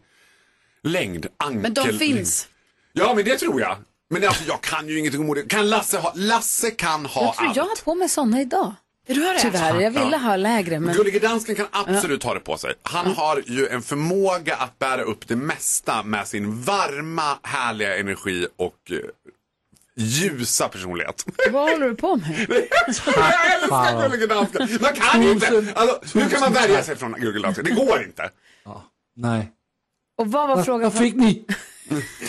längd. Ankel.
Men de finns.
Ja, men det tror jag. Men alltså, jag kan ju ingenting om mode. Kan Lasse ha? Lasse kan ha
Jag tror
allt.
jag har på mig såna idag.
Du har det?
Tyvärr, jag ville
Ja.
ha lägre men...
Gullige dansken kan absolut ha det på sig. Han har ju en förmåga att bära upp det mesta med sin varma, härliga energi och eh, ljusa personlighet.
Vad håller du på med?
jag älskar Gullige dansken! Man kan ju inte! Alltså, hur kan man värja sig från Gullige dansken? Det går inte.
Nej.
Och vad var frågan?
Vad fick ni?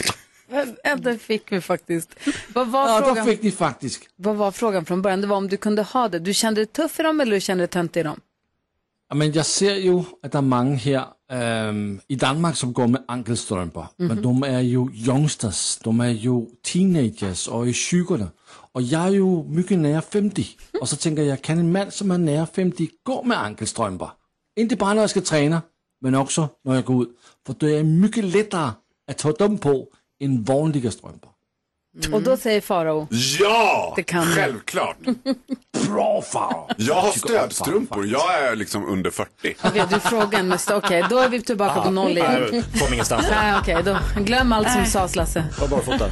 Ja, det fick vi faktiskt. Vad var,
Ja,
frågan...
då fick ni faktiskt.
vad var frågan från början? Det var om du kunde ha det. Du kände dig tuff i dem eller du kände dig töntig i dem?
Ja, Men jag ser ju att det är många här ehm, i Danmark som går med ankelstrømper. Men de är ju youngsters, de är ju teenagers och i 20'erne. Och jag är ju mycket nära 50. Och så tänker jag, kan en man som är nära 50 gå med ankelstrømper? Inte bara när jag ska träna, men också när jag går ut. För det är mycket lättare att ta dem på än vanliga strumpor. Mm.
Och då säger Farao,
Ja!
Det kan du.
Självklart!
Bra far!
Jag har stödstrumpor. Jag är liksom under 40.
okej du frågar en måste, okej då är vi tillbaka
Ah,
på noll igen.
Kom ingenstans.
Nej, okej, då glöm allt som sades Lasse.
Var barfota.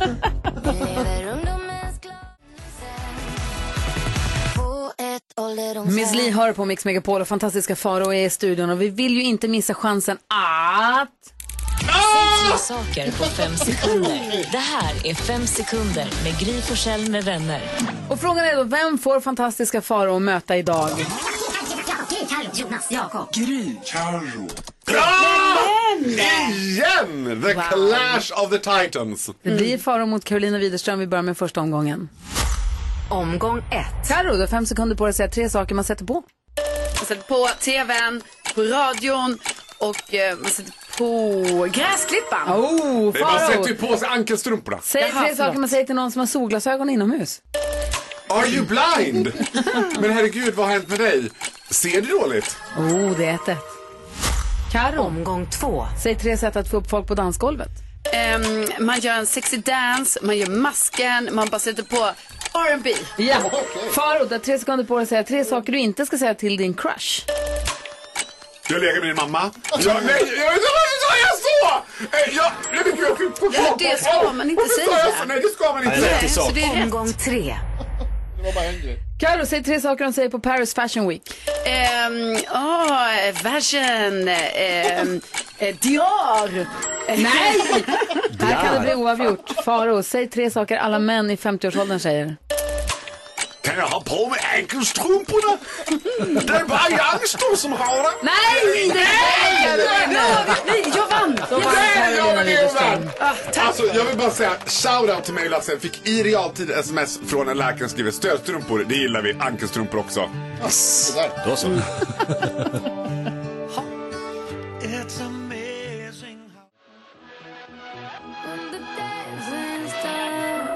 Miss Li hör på Mix Megapol och fantastiska Faro är i studion och vi vill ju inte missa chansen att...
Ah!
Tre saker på fem sekunder. Det här är fem sekunder med Gry Forssell med vänner.
Och frågan är då, vem får fantastiska Faro att möta idag?
Jonas, Jakob. Gry.
Carro. Igen! The Clash of the Titans.
Det blir Faro mot Carolina Widerström, vi börjar med första omgången.
Omgång ett.
Carro, du har fem sekunder på dig att säga tre saker man sätter på.
Man sätter på tvn, på radion och eh, man sätter på gräsklippan.
Oh,
Nej, man
Faro.
sätter ju på sig ankelstrumporna.
Säg tre saker man säger till någon som har solglasögon inomhus.
Are you blind? Men herregud, vad har hänt med dig? Ser du dåligt?
Oh, det är ett ett. Karo. Omgång två. Säg tre sätt att få upp folk på dansgolvet.
Ehm, man gör en sexy dance, man gör masken, man bara sätter på R&B.
Ja. Faro, du har tre sekunder på dig att säga tre saker du inte ska säga till din crush.
Jag lägger med din mamma. Ja, nej, jag, varför sa jag så? Eh, Jag, nej, men gud, jag fick på
Ja, det ska man inte
Varför sa jag så?
säga.
Nej, det ska man inte
Nej,
säga.
så det är rätt.
Omgång tre. Karo, säg tre saker de säger på Paris Fashion Week.
Ehm, åh, fashion, ehm, eh, Dior.
Nej! Här kan det bli oavgjort. Faro, säg tre saker alla män i 50-årsåldern säger.
Kan jag ha på mig ankelstrumporna? Det är bara youngsters som har det.
Nej!
Nej!
Nej!
Nej!
Nej, jag vann!
Jag vann, jag vann, jag vann.
Ah, tack.
Alltså, jag vill bara säga shout-out till mig och Lasse. Fick i realtid sms från en läkare som skriver stödstrumpor, det gillar vi, ankelstrumpor också.
Yes.
Då så.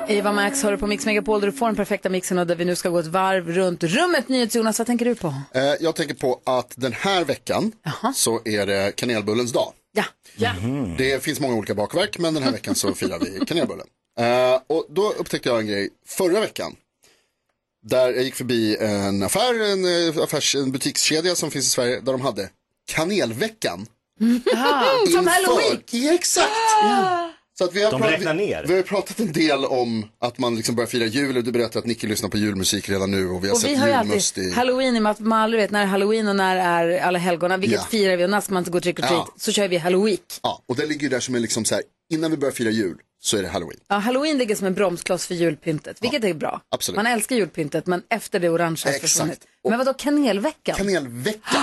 Eva Max hör du på Mix Megapol där du får den perfekta mixen och där vi nu ska gå ett varv runt rummet. NyhetsJonas, vad tänker du på?
Eh, Jag tänker på att den här veckan så är det kanelbullens dag.
Ja.
Det finns många olika bakverk men den här veckan så firar vi kanelbullen. Eh, och då upptäckte jag en grej förra veckan. Där jag gick förbi en affär, en, eh, affärs, en butikskedja som finns i Sverige där de hade kanelveckan.
Som
inför-
halloween!
Ja, exakt! Så att vi, har
De
pratat-
räknar ner.
vi, vi har pratat en del om att man liksom börjar fira jul och du berättade att Nicky lyssnar på julmusik redan nu och vi har
Och
sett
vi har ju
julmust
alltid
i...
halloween i och med att man aldrig vet när är halloween och när är alla helgona, vilket
Ja.
firar vi och när ska man inte gå trick or treat,
Ja.
så kör vi halloween.
Ja, och den ligger ju där som är liksom så här, innan vi börjar fira jul så är det halloween.
Ja, halloween ligger som en bromskloss för julpyntet, vilket är bra.
absolut.
Man älskar julpyntet, men efter det orangea har
Exakt.
försvunnit. Men vadå kanelveckan?
Kanelveckan.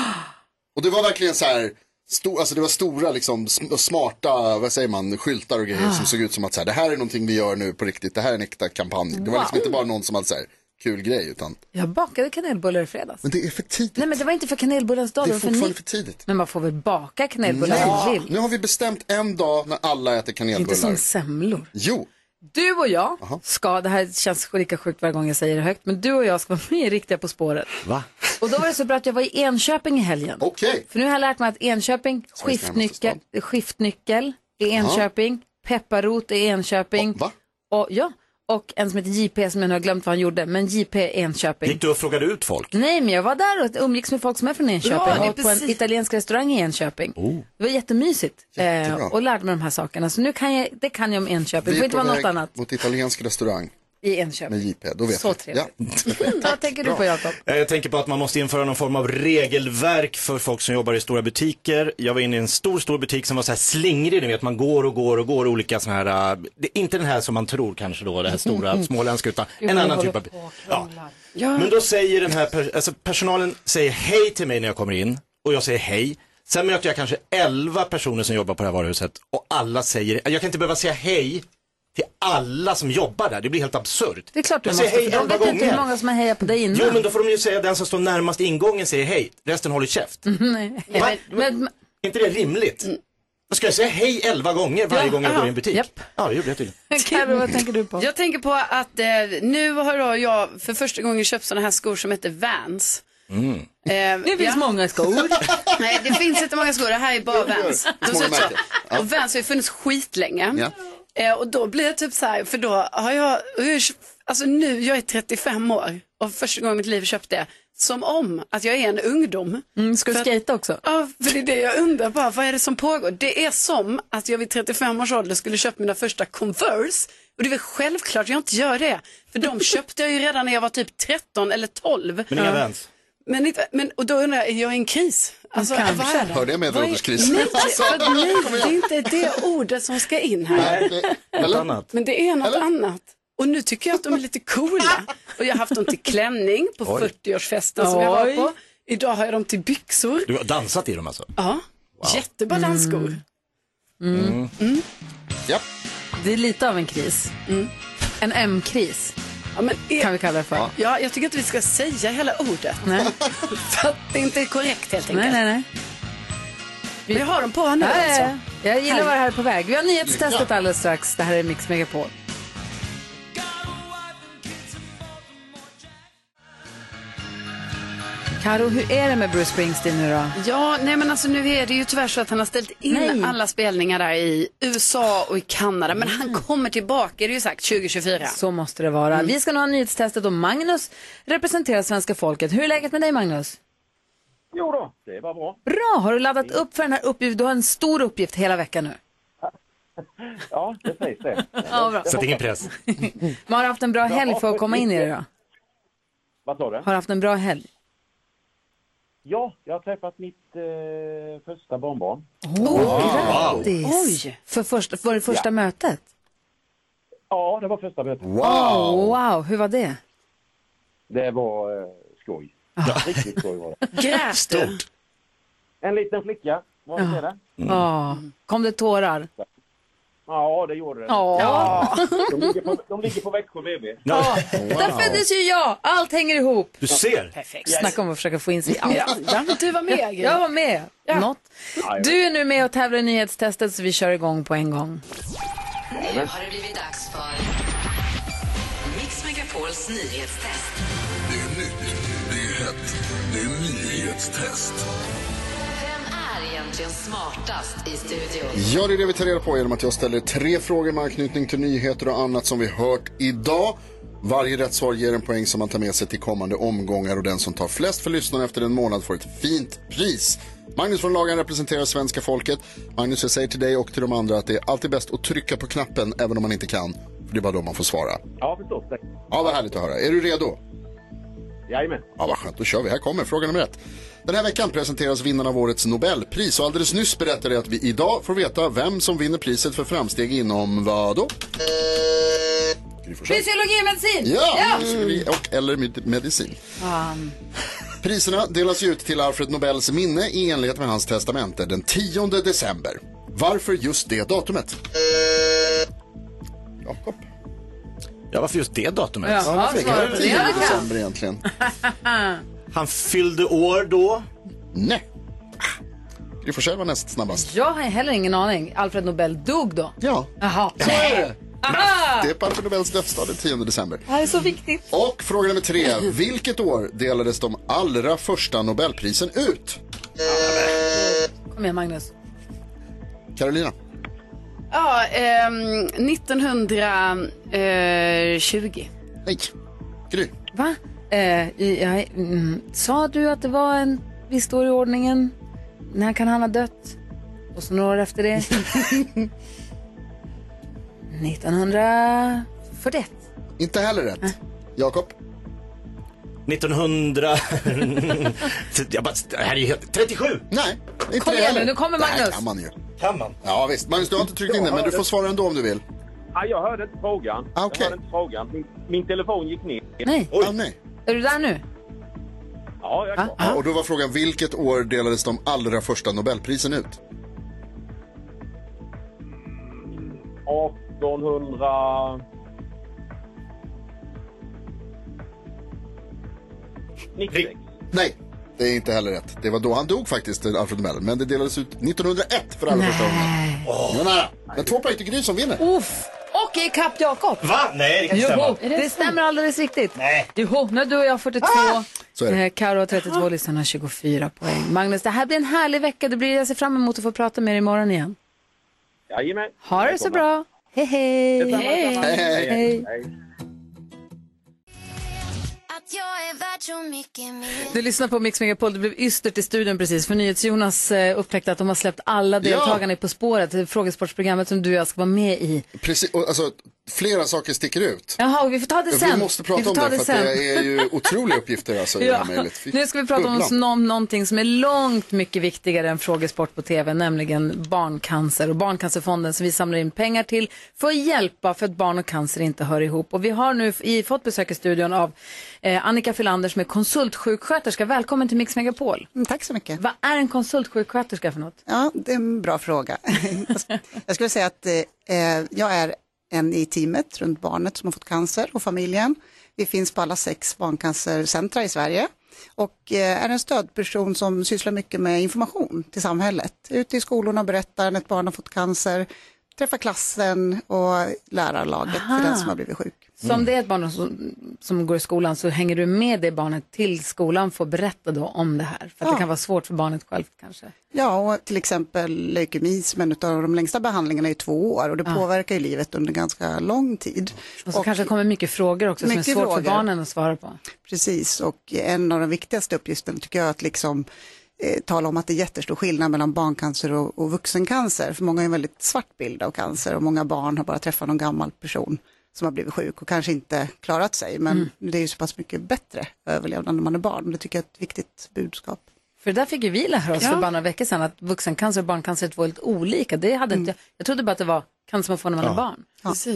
Och det var verkligen så här, stor, alltså det var stora liksom sm- smarta, vad säger man, skyltar och grejer
Ah.
som såg ut som att så här, det här är någonting vi gör nu på riktigt, det här är en äkta kampanj. Det var
Wow.
liksom inte bara någon som hade så här, kul grej utan,
Jag bakade kanelbullar i fredags.
men det är för tidigt.
Nej, men det var inte för kanelbullens dag,
Mm. Det
det var
är
för
fortfarande
ni.
för tidigt.
Men man får väl baka kanelbullar om man
Nej,
vill?
nu har vi bestämt en dag när alla äter
Inte
kanelbullar.
som semlor.
Jo,
Du och jag ska, det här känns lika sjukt varje gång jag säger det högt, men du och jag ska vara med i Riktiga På spåret.
Va?
Och då var det så bra att jag var i Enköping i helgen.
Okej.
För nu har jag lärt mig att Enköping, skiftnyckel, skiftnyckel är Enköping, pepparrot är Enköping.
va?
Och, ja, och en som heter JP som jag nu har glömt vad han gjorde, men JP är Enköping.
Gick du och frågade ut folk?
Nej, men jag var där och umgicks med folk som är från
Bra,
Enköping
det är
och på en
precis-
italiensk restaurang i Enköping. Det var jättemysigt eh,
Jättebra.
och lärde mig de här sakerna. Så nu kan jag, det kan jag om Enköping. Det
vi
får
är
inte
på
vara något
väg
annat
mot italiensk restaurang
i
med
Enköping.
JP, då vet
Så
vi.
trevligt.
Ja.
Vad tänker du på Jakob?
Eh, Jag tänker på att man måste införa någon form av regelverk för folk som jobbar i stora butiker. Jag var inne i en stor, stor butik som var så här slingrig, ni vet man går och går och går olika sådana här, eh, det, inte den här som man tror kanske då, det här stora småländska, utan en annan typ av bu- Ja. Men då säger den här, per, alltså personalen säger hej till mig när jag kommer in och jag säger hej. Sen möter jag kanske 11 personer som jobbar på det här varuhuset och alla säger, jag kan inte behöva säga hej till alla som jobbar där, det blir helt absurt.
Det är klart du
jag
måste,
säger hej
för de
11
vet inte hur
gånger.
många som har hejat på dig innan.
Jo men då får de ju säga den som står närmast ingången säger hej, resten håller käft.
Mm. Nej.
Va? Är inte det rimligt? Då ska jag säga hej elva gånger varje gång jag går i en butik? Ja, det gjorde jag tydligen.
Carro, vad tänker du på?
Jag tänker på att eh, nu har då jag för första gången köpt sådana här skor som heter Vans.
Mm.
Eh,
Det finns många skor.
Nej, det finns inte många skor. Det här är bara
det gör
Vans.
det.
De ser
Många
ut så.
märken. Ja.
Och Vans har ju funnits skitlänge.
Ja.
Eh, och då blir jag typ så här, för då har jag, och jag är tj- alltså nu, jag är 35 år och första gången i mitt liv köpte jag som om att jag är en ungdom.
Mm, ska du
För-
skejta också?
Ja, för det är det jag undrar bara, vad är det som pågår? Det är som att jag vid 35 års ålder skulle köpa mina första Converse och det är väl självklart jag inte gör det. För de köpte jag ju redan när jag var typ 13 eller 12.
Men inga Vans.
Men, inte, men och då undrar jag, är jag i en kris? Alltså,
Kanske.
vad är det?
Hörde jag medelålderskris?
Vad är- Nej,
Alltså,
för att nej,
kom
det
igen.
är inte det ordet som ska in här.
Eh,
Något annat.
Men det är något annat. Och nu tycker jag att de är lite coola. Och jag har haft dem till klänning på
Oj.
40-årsfesten som jag var
Oj.
på. Idag har jag dem till byxor.
Du har dansat i dem alltså?
Ja, jättebra dansskor.
Mm.
Mm.
Ja.
Det är lite av en kris. En M-kris kan vi kalla det för.
Ja, jag tycker inte vi ska säga hela ordet.
Nej.
För att det inte är korrekt helt enkelt.
Nej, nej, nej.
Vi har dem på nu
Ja, ja, ja.
alltså.
Jag gillar
Härligt.
vad det här är på väg. Vi har nyhetstestet alldeles strax. Det här är Mix Megapol. Karo, hur är det med Bruce Springsteen nu då?
Ja, nej men alltså nu är det ju tyvärr så att han har ställt in
Nej.
alla spelningar där i USA och i Kanada. Men han kommer tillbaka, är det ju sagt, 2024.
Så måste det vara.
Mm.
Vi ska nu ha nyhetstestet och Magnus representerar svenska folket. Hur är läget med dig Magnus?
Jo då, det var bra.
Bra! Har du laddat upp för den här uppgiften? Du har en stor uppgift hela veckan nu.
Ja, det sägs det.
Ja, bra. Sätt ingen
press.
Men har du haft en bra helg för att komma in i det då?
Vad sa du?
Har du haft en bra helg?
Ja, jag har träffat mitt eh, första barnbarn.
Åh,
Wow.
Oh, grattis!
Oj.
För första, var det första
Ja.
mötet?
Ja, det var första mötet.
Åh, wow, hur var det?
Det var eh, skoj. Riktigt skoj var det.
Grät du?
En liten flicka var det det.
Ja. Kom det tårar?
Ja, det gjorde det.
Ja.
De, ligger på, de ligger på Växjö BB.
Ja. Där föddes ju jag! Allt hänger ihop.
Du ser. Perfekt.
Snacka om att försöka få in sig i allt.
Ja, ja, du var med,
Jag,
Gry.
jag var med. Något. Du är nu med och tävlar i nyhetstestet så vi kör igång på en gång.
Nu har det blivit dags för Mix Megapols nyhetstest.
Det är nytt, det är hett, det är nyhetstest.
Vem är egentligen smartast i studion?
Ja, det är det vi tar reda på genom att jag ställer tre frågor med anknytning till nyheter och annat som vi hört idag. Varje rätt svar ger en poäng som man tar med sig till kommande omgångar och den som tar flest för lyssnarna efter en månad får ett fint pris. Magnus från Lagan representerar svenska folket. Magnus, jag säger till dig och till de andra att det är alltid bäst att trycka på knappen även om man inte kan. För det är bara då man får svara.
Ja, förstås. Tack.
Ja, vad härligt att höra. Är du redo?
Jajamän.
Ja, vad skönt. Då kör vi. Här kommer fråga nummer ett. Den här veckan presenteras vinnarna av årets Nobelpris och alldeles nyss berättade jag att vi idag får veta vem som vinner priset för framsteg inom vad då? Gry Forssell.
Fysiologi och medicin!
Ja! Fysiologi Och eller med- medicin.
Fan.
Priserna delas ju ut till Alfred Nobels minne i enlighet med hans testamente den 10 december. Varför just det datumet? Jakob.
Ja, varför just det datumet?
Ja,
Ja, varför
svarar
det?
du.
10
Ja, det kan.
december
egentligen.
Han fyllde år då.
Nej. Ah, Gry Forssell var näst snabbast.
Jag har heller ingen aning. Alfred Nobel dog då?
Ja.
Jaha.
Så är det.
Aha!
Det är på Alfred Nobels dödsdag den 10 december.
Det här är så viktigt.
Och fråga nummer tre. Vilket år delades de allra första Nobelprisen ut?
Kom igen Magnus.
Carolina.
Ja, ehm, 1920.
Nej. Gry.
Va? Eh, jag, mm, sa du att det var en viss år i ordningen? När kan han ha dött? Och så några år efter det. 1941.
Inte heller rätt. Jakob.
1900... jag bara, det här är ju helt... 37!
Nej, inte
Kom
det
igen nu,
heller.
nu kommer
Det här
Magnus.
kan man ju.
Kan man?
Ja visst. Magnus, du har inte tryckt in det, men du får svara ändå om du vill. Ah,
Ja, jag hörde inte frågan. Jag hörde inte frågan. Min, min telefon gick ner.
Nej.
Oj. Ah, nej.
Är du där nu?
Ja, jag är klar.
Ah.
Ja, och då var frågan vilket år delades de allra första Nobelprisen ut?
1800... 96.
Nej, det är inte heller rätt. Det var då han dog faktiskt, Alfred Nobel. Men det delades ut 1901 för allra första gången. Det var nära. Men två poäng till Gry som vinner.
Uff. Och ikapp Jakob.
Va? Nej, det kan inte
Jo,
stämma.
det stämmer alldeles riktigt. Nej. Jo, nu har du och jag 42.
Så är det.
Eh, Karo har 32, lyssnarna har 24 poäng. Magnus, det här blir en härlig vecka. Det blir, jag ser fram emot att få prata med dig imorgon igen.
Jajamän.
Ha det så bra. Hej, hej.
Detsamma, detsamma.
hej. hej.
Att jag är värd så mycket mer
Du lyssnar på Mix Megapol. Det blev ystert i studion precis. För NyhetsJonas eh, upptäckte att de har släppt alla deltagarna i På spåret, det frågesportprogrammet som du och jag ska vara med i.
Precis, och alltså, flera saker sticker ut.
Jaha, vi får ta det sen.
Vi måste prata
Vi får
om
ta
det, för att
sen.
det är ju otroliga uppgifter alltså, i det här mejlet. Fy
Nu ska vi prata om
bubblan.
nå- någonting som är långt mycket viktigare än frågesport på tv, nämligen barncancer och Barncancerfonden som vi samlar in pengar till för att hjälpa för att barn och cancer inte hör ihop. Och vi har nu f- i, fått besök i studion av eh, Annika Filander som är konsultsjuksköterska. Välkommen till Mix Megapol.
Mm, Tack så mycket.
Vad är en konsultsjuksköterska för något?
Ja, det är en bra fråga. jag skulle säga att eh, jag är en i teamet runt barnet som har fått cancer och familjen. Vi finns på alla sex barncancercentra i Sverige. och eh, är en stödperson som sysslar mycket med information till samhället. Ute i skolorna berättar när ett barn har fått cancer, träffar klassen och lärarlaget
Aha.
för den som har blivit sjuk.
Så om det är ett barn som, som går i skolan så hänger du med det barnet till skolan får berätta då om det här. För att det
Ja.
kan vara svårt för barnet självt kanske.
Ja, och till exempel leukemi som är en av de längsta behandlingarna i två år och det
Ja.
påverkar ju livet under ganska lång tid.
Och så kanske det kommer mycket frågor också som är svårt för barnen att svara på.
Precis, och en av de viktigaste uppgifterna tycker jag är att liksom eh, tala om att det är jättestor skillnad mellan barncancer och, och vuxencancer. För många har en väldigt svart bild av cancer och många barn har bara träffat någon gammal person som har blivit sjuk och kanske inte klarat sig. Men
Mm.
det är ju så pass mycket bättre överlevnad när man är barn. Det tycker jag är ett viktigt budskap.
För det där fick ju vi lära oss
Ja.
för bara några veckor sedan att vuxencancer och barncancer är två helt olika. Det hade
Mm.
inte, jag, jag trodde bara att det var cancer man får när man är
Ja.
barn.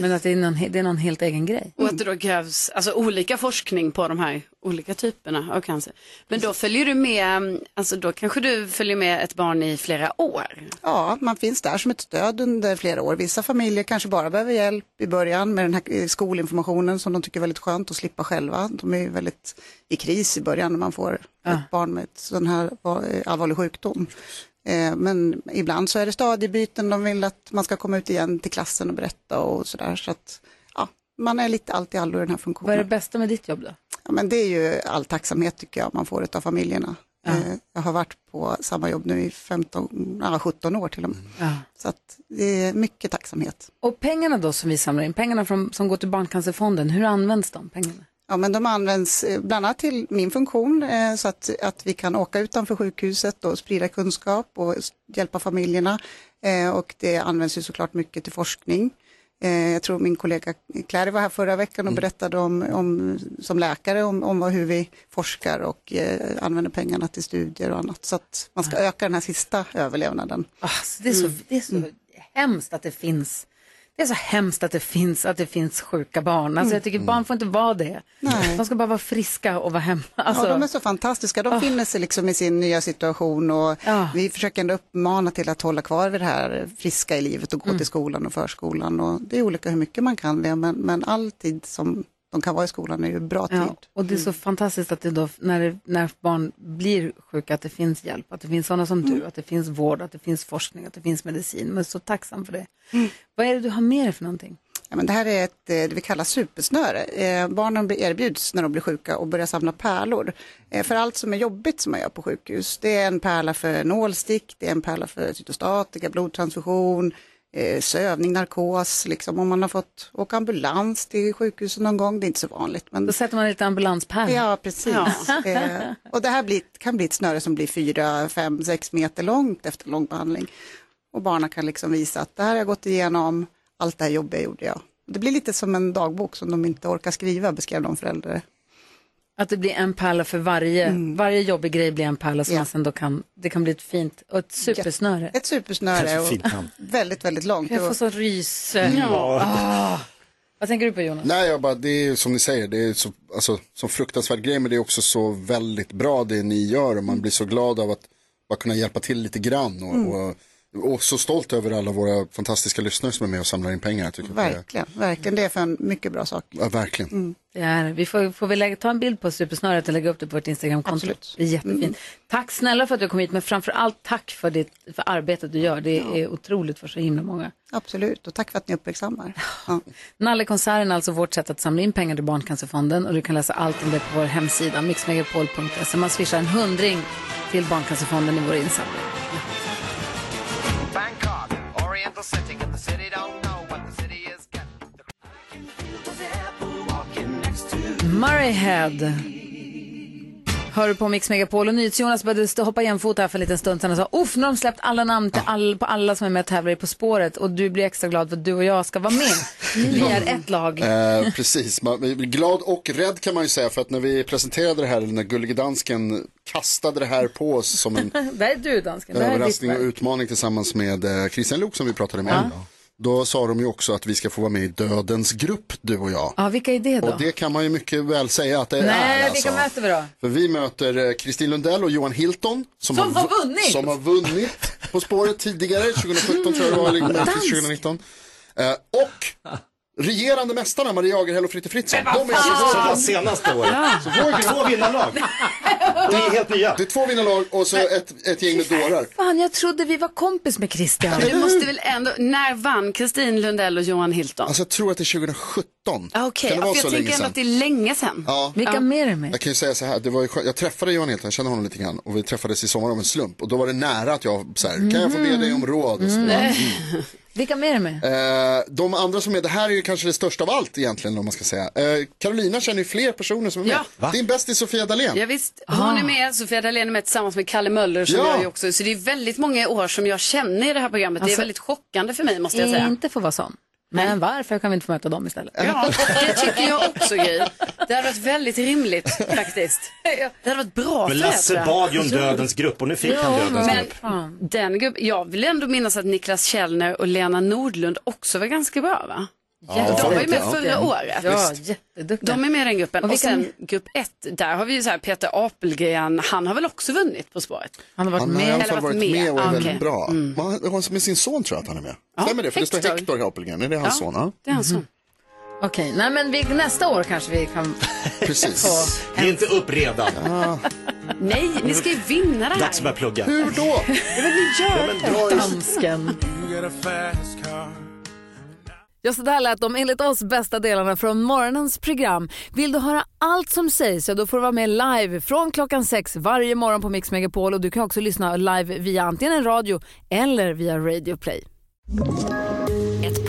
Men att det är, någon, he- det är någon helt egen grej.
Och att det då krävs alltså, olika forskning på de här olika typerna av cancer. Men då följer du med, alltså då kanske du följer med ett barn i flera år.
Ja, man finns där som ett stöd under flera år. Vissa familjer kanske bara behöver hjälp i början med den här eh, skolinformationen som de tycker är väldigt skönt att slippa själva. De är ju väldigt i kris i början när man får ett barn med ett sån här va- eh, allvarlig sjukdom. Eh, Men ibland så är det stadiebyten, de vill att man ska komma ut igen till klassen och berätta och sådär. Så att, ja, man är lite allt i allo i den här funktionen.
Vad är det bästa med ditt jobb då?
Ja, men det är ju all tacksamhet tycker jag man får av familjerna. Eh, Jag har varit på samma jobb nu i 15, ja, 17 år till och med. Så att det är mycket tacksamhet.
Och pengarna då som vi samlar in, pengarna från, som går till Barncancerfonden, hur används de pengarna?
Ja, men de används eh, bland annat till min funktion eh, så att, att vi kan åka utanför sjukhuset och sprida kunskap och s- hjälpa familjerna. Eh, Och det används ju såklart mycket till forskning. Eh, Jag tror min kollega Clary var här förra veckan och berättade om, om, som läkare om, om vad, hur vi forskar och eh, använder pengarna till studier och annat. Så att man ska öka den här sista överlevnaden.
Alltså, det är så,
Mm.
det är så hemskt att det finns det är så hemskt att det finns, att det finns sjuka barn. Alltså
Mm.
jag tycker barn får inte vara det. De ska bara vara friska och vara hemma. Alltså,
Ja, de är så fantastiska.
Ah.
De finner sig liksom i sin nya situation och vi försöker ändå uppmana till att hålla kvar vid det här friska i livet och gå
Mm.
till skolan och förskolan. Och det är olika hur mycket man kan det, men, men all tid som de kan vara i skolan är ju bra tid.
Ja, och det är
Mm.
så fantastiskt att det då, när, det, när barn blir sjuka, att det finns hjälp, att det finns sådana som
Mm.
du, att det finns vård, att det finns forskning, att det finns medicin. Men så tacksam för det.
Mm.
Vad är det du har med dig för någonting?
Ja, men det här är ett, eh, det vi kallar supersnöre. Eh, barnen blir- erbjuds när de blir sjuka och börjar samla pärlor. Eh, för allt som är jobbigt som man gör på sjukhus. Det är en pärla för nålstick, det är en pärla för cytostatika, blodtransfusion, eh, sövning, narkos. Liksom. Om man har fått åka ambulans till sjukhuset någon gång, det är inte så vanligt. Men...
Då sätter man lite ambulanspärl.
Ja, precis. Eh, och det här blir, kan bli ett snöre som blir 4, 5, 6 meter långt efter lång behandling. Och barnen kan liksom visa att det här har jag gått igenom, allt det här jobbiga gjorde jag. Det blir lite som en dagbok som de inte orkar skriva, beskrev de föräldrar.
Att det blir en pärla för varje,
Mm.
varje jobbig grej blir en pärla som man sen då kan, det kan bli ett fint, och ett supersnöre.
Ett supersnöre och
Fint namn.
väldigt, väldigt långt.
Jag får
Och-
så rys. eh,
Ja.
Ah. Vad tänker du på Jonas?
Nej, jag bara, det är ju som ni säger, det är så, alltså, så fruktansvärd grej, men det är också så väldigt bra det ni gör och man blir så glad av att bara kunna hjälpa till lite grann och,
Mm.
och, och så stolt över alla våra fantastiska lyssnare som är med och samlar in pengar. Jag tycker att det är-
Verkligen, Mm. verkligen. Det är för en mycket bra sak.
Ja, verkligen.
Det är, vi får, får vi lägga, ta en bild på supersnöret och lägga upp det på vårt Instagramkonto. Det är jättefint. Tack snälla för att du kom hit, men framför allt tack för, ditt, för arbetet du gör. Det är otroligt för så himla många.
Absolut, och tack för att ni uppmärksammar.
Nallekonserten är alltså vårt sätt att samla in pengar till Barncancerfonden och du kan läsa allt om det på vår hemsida mixmegapol.se. Man swishar en hundring till Barncancerfonden i vår insamling.
Bangkok, oriental setting and the city don't know what the city is.
Murray Head. Hör du på Mix Megapol och NyhetsJonas började stå- hoppa jämfota här för en liten stund sedan och sa Uff, nu har de släppt alla namn till all, på alla som är med och tävlar i På spåret och du blir extra glad för att du och jag ska vara med. Vi är ett lag.
Eh, precis, man blir glad och rädd kan man ju säga för att när vi presenterade det här, eller när Gullige Dansken kastade det här på oss som en
Där är du dansken, där är ditt
överraskning och
berg.
utmaning tillsammans med eh, Christian Lok som vi pratade med. Då sa de ju också att vi ska få vara med i Dödens grupp, du och jag.
Ja, vilka är det då?
Och det kan man ju mycket väl säga att det är.
Nej,
Alltså.
vilka möter vi då?
För vi möter eh, Kristin Lundell och Johan Hilton.
Som har
vu-
vunnit!
Som har vunnit På spåret tidigare, 2017 tror jag det var, eller
Mm.
möjligtvis 2019. Eh, och Regerande mästarna Maria Agerhäll och Fritte Fritzson.
Men vad
De är alltså
fan!
vår-
Som var senaste året.
Så vår-
Två vinnarlag. Det är helt nya.
Det är två vinnarlag och så ett, ett gäng med dårar.
Fan, jag trodde vi var kompis med Christian.
Du måste väl ändå, när vann Kristin Lundell och Johan Hilton?
Alltså jag tror att det är 2017.
Ah, Okej,
Kan det
ja,
vara
för
så
jag
länge
tänker ändå
sedan?
att det är länge sedan.
Ja.
Vilka mer är med?
Jag kan ju säga så här, det var ju, skönt- jag träffade Johan Hilton, jag kände honom lite grann och vi träffades i sommar av en slump och då var det nära att jag så här, kan jag få be dig om råd? Och så,
Mm.
va? mm.
Vilka mer är med?
Eh, de andra som är, det här är ju kanske det största av allt egentligen om man ska säga. Eh, Carolina känner ju fler personer som är med. Din bästis Sofia Dalén.
Ja, visst, hon
Ah.
är med, Sofia Dalén är med tillsammans med Kalle Möller som
Ja.
jag är också. Så det är väldigt många år som jag känner i det här programmet.
Alltså,
det är väldigt chockande för mig måste jag säga.
Inte får vara sån. Men varför kan vi inte få möta dem istället?
Ja, det tycker jag också Gry. Det hade varit väldigt rimligt faktiskt. Det hade varit bra
Men Lasse
föräldrar.
bad ju om dödens grupp och nu fick han dödens
men
grupp.
den gruppen, jag vill ändå minnas att Niklas Källner och Lena Nordlund också var ganska bra va?
Ja,
de var ju med
jätteduktiga.
förra året.
Ja, jätteduktiga.
De är med i den gruppen.
Och
Och,
vilka
sen grupp ett, där har vi ju så här Peter Apelgren, han har väl också vunnit På spåret?
Han har varit
Han har i alla
Eller
fall varit med, och är
Ah, okej.
väldigt bra. Man, man, med sin son tror jag att han är med. Stämmer det? För det står
Mm. Hector.
Hector Apelgren, är det hans
Ja,
son? Ja.
Mhm.
Det är hans son.
Okej, nej men vi, nästa år kanske vi kan...
Precis.
Ge inte upp redan.
Nej, ni ska ju vinna det här.
Dags att börja plugga.
Hur då?
Jag vill ju
göra Dansken. Ja, så där lät de enligt oss bästa delarna från morgonens program. Vill du höra allt som sägs så då får du vara med live från klockan sex varje morgon på Mix Megapol och du kan också lyssna live via antingen en radio eller via Radio Play.
Ett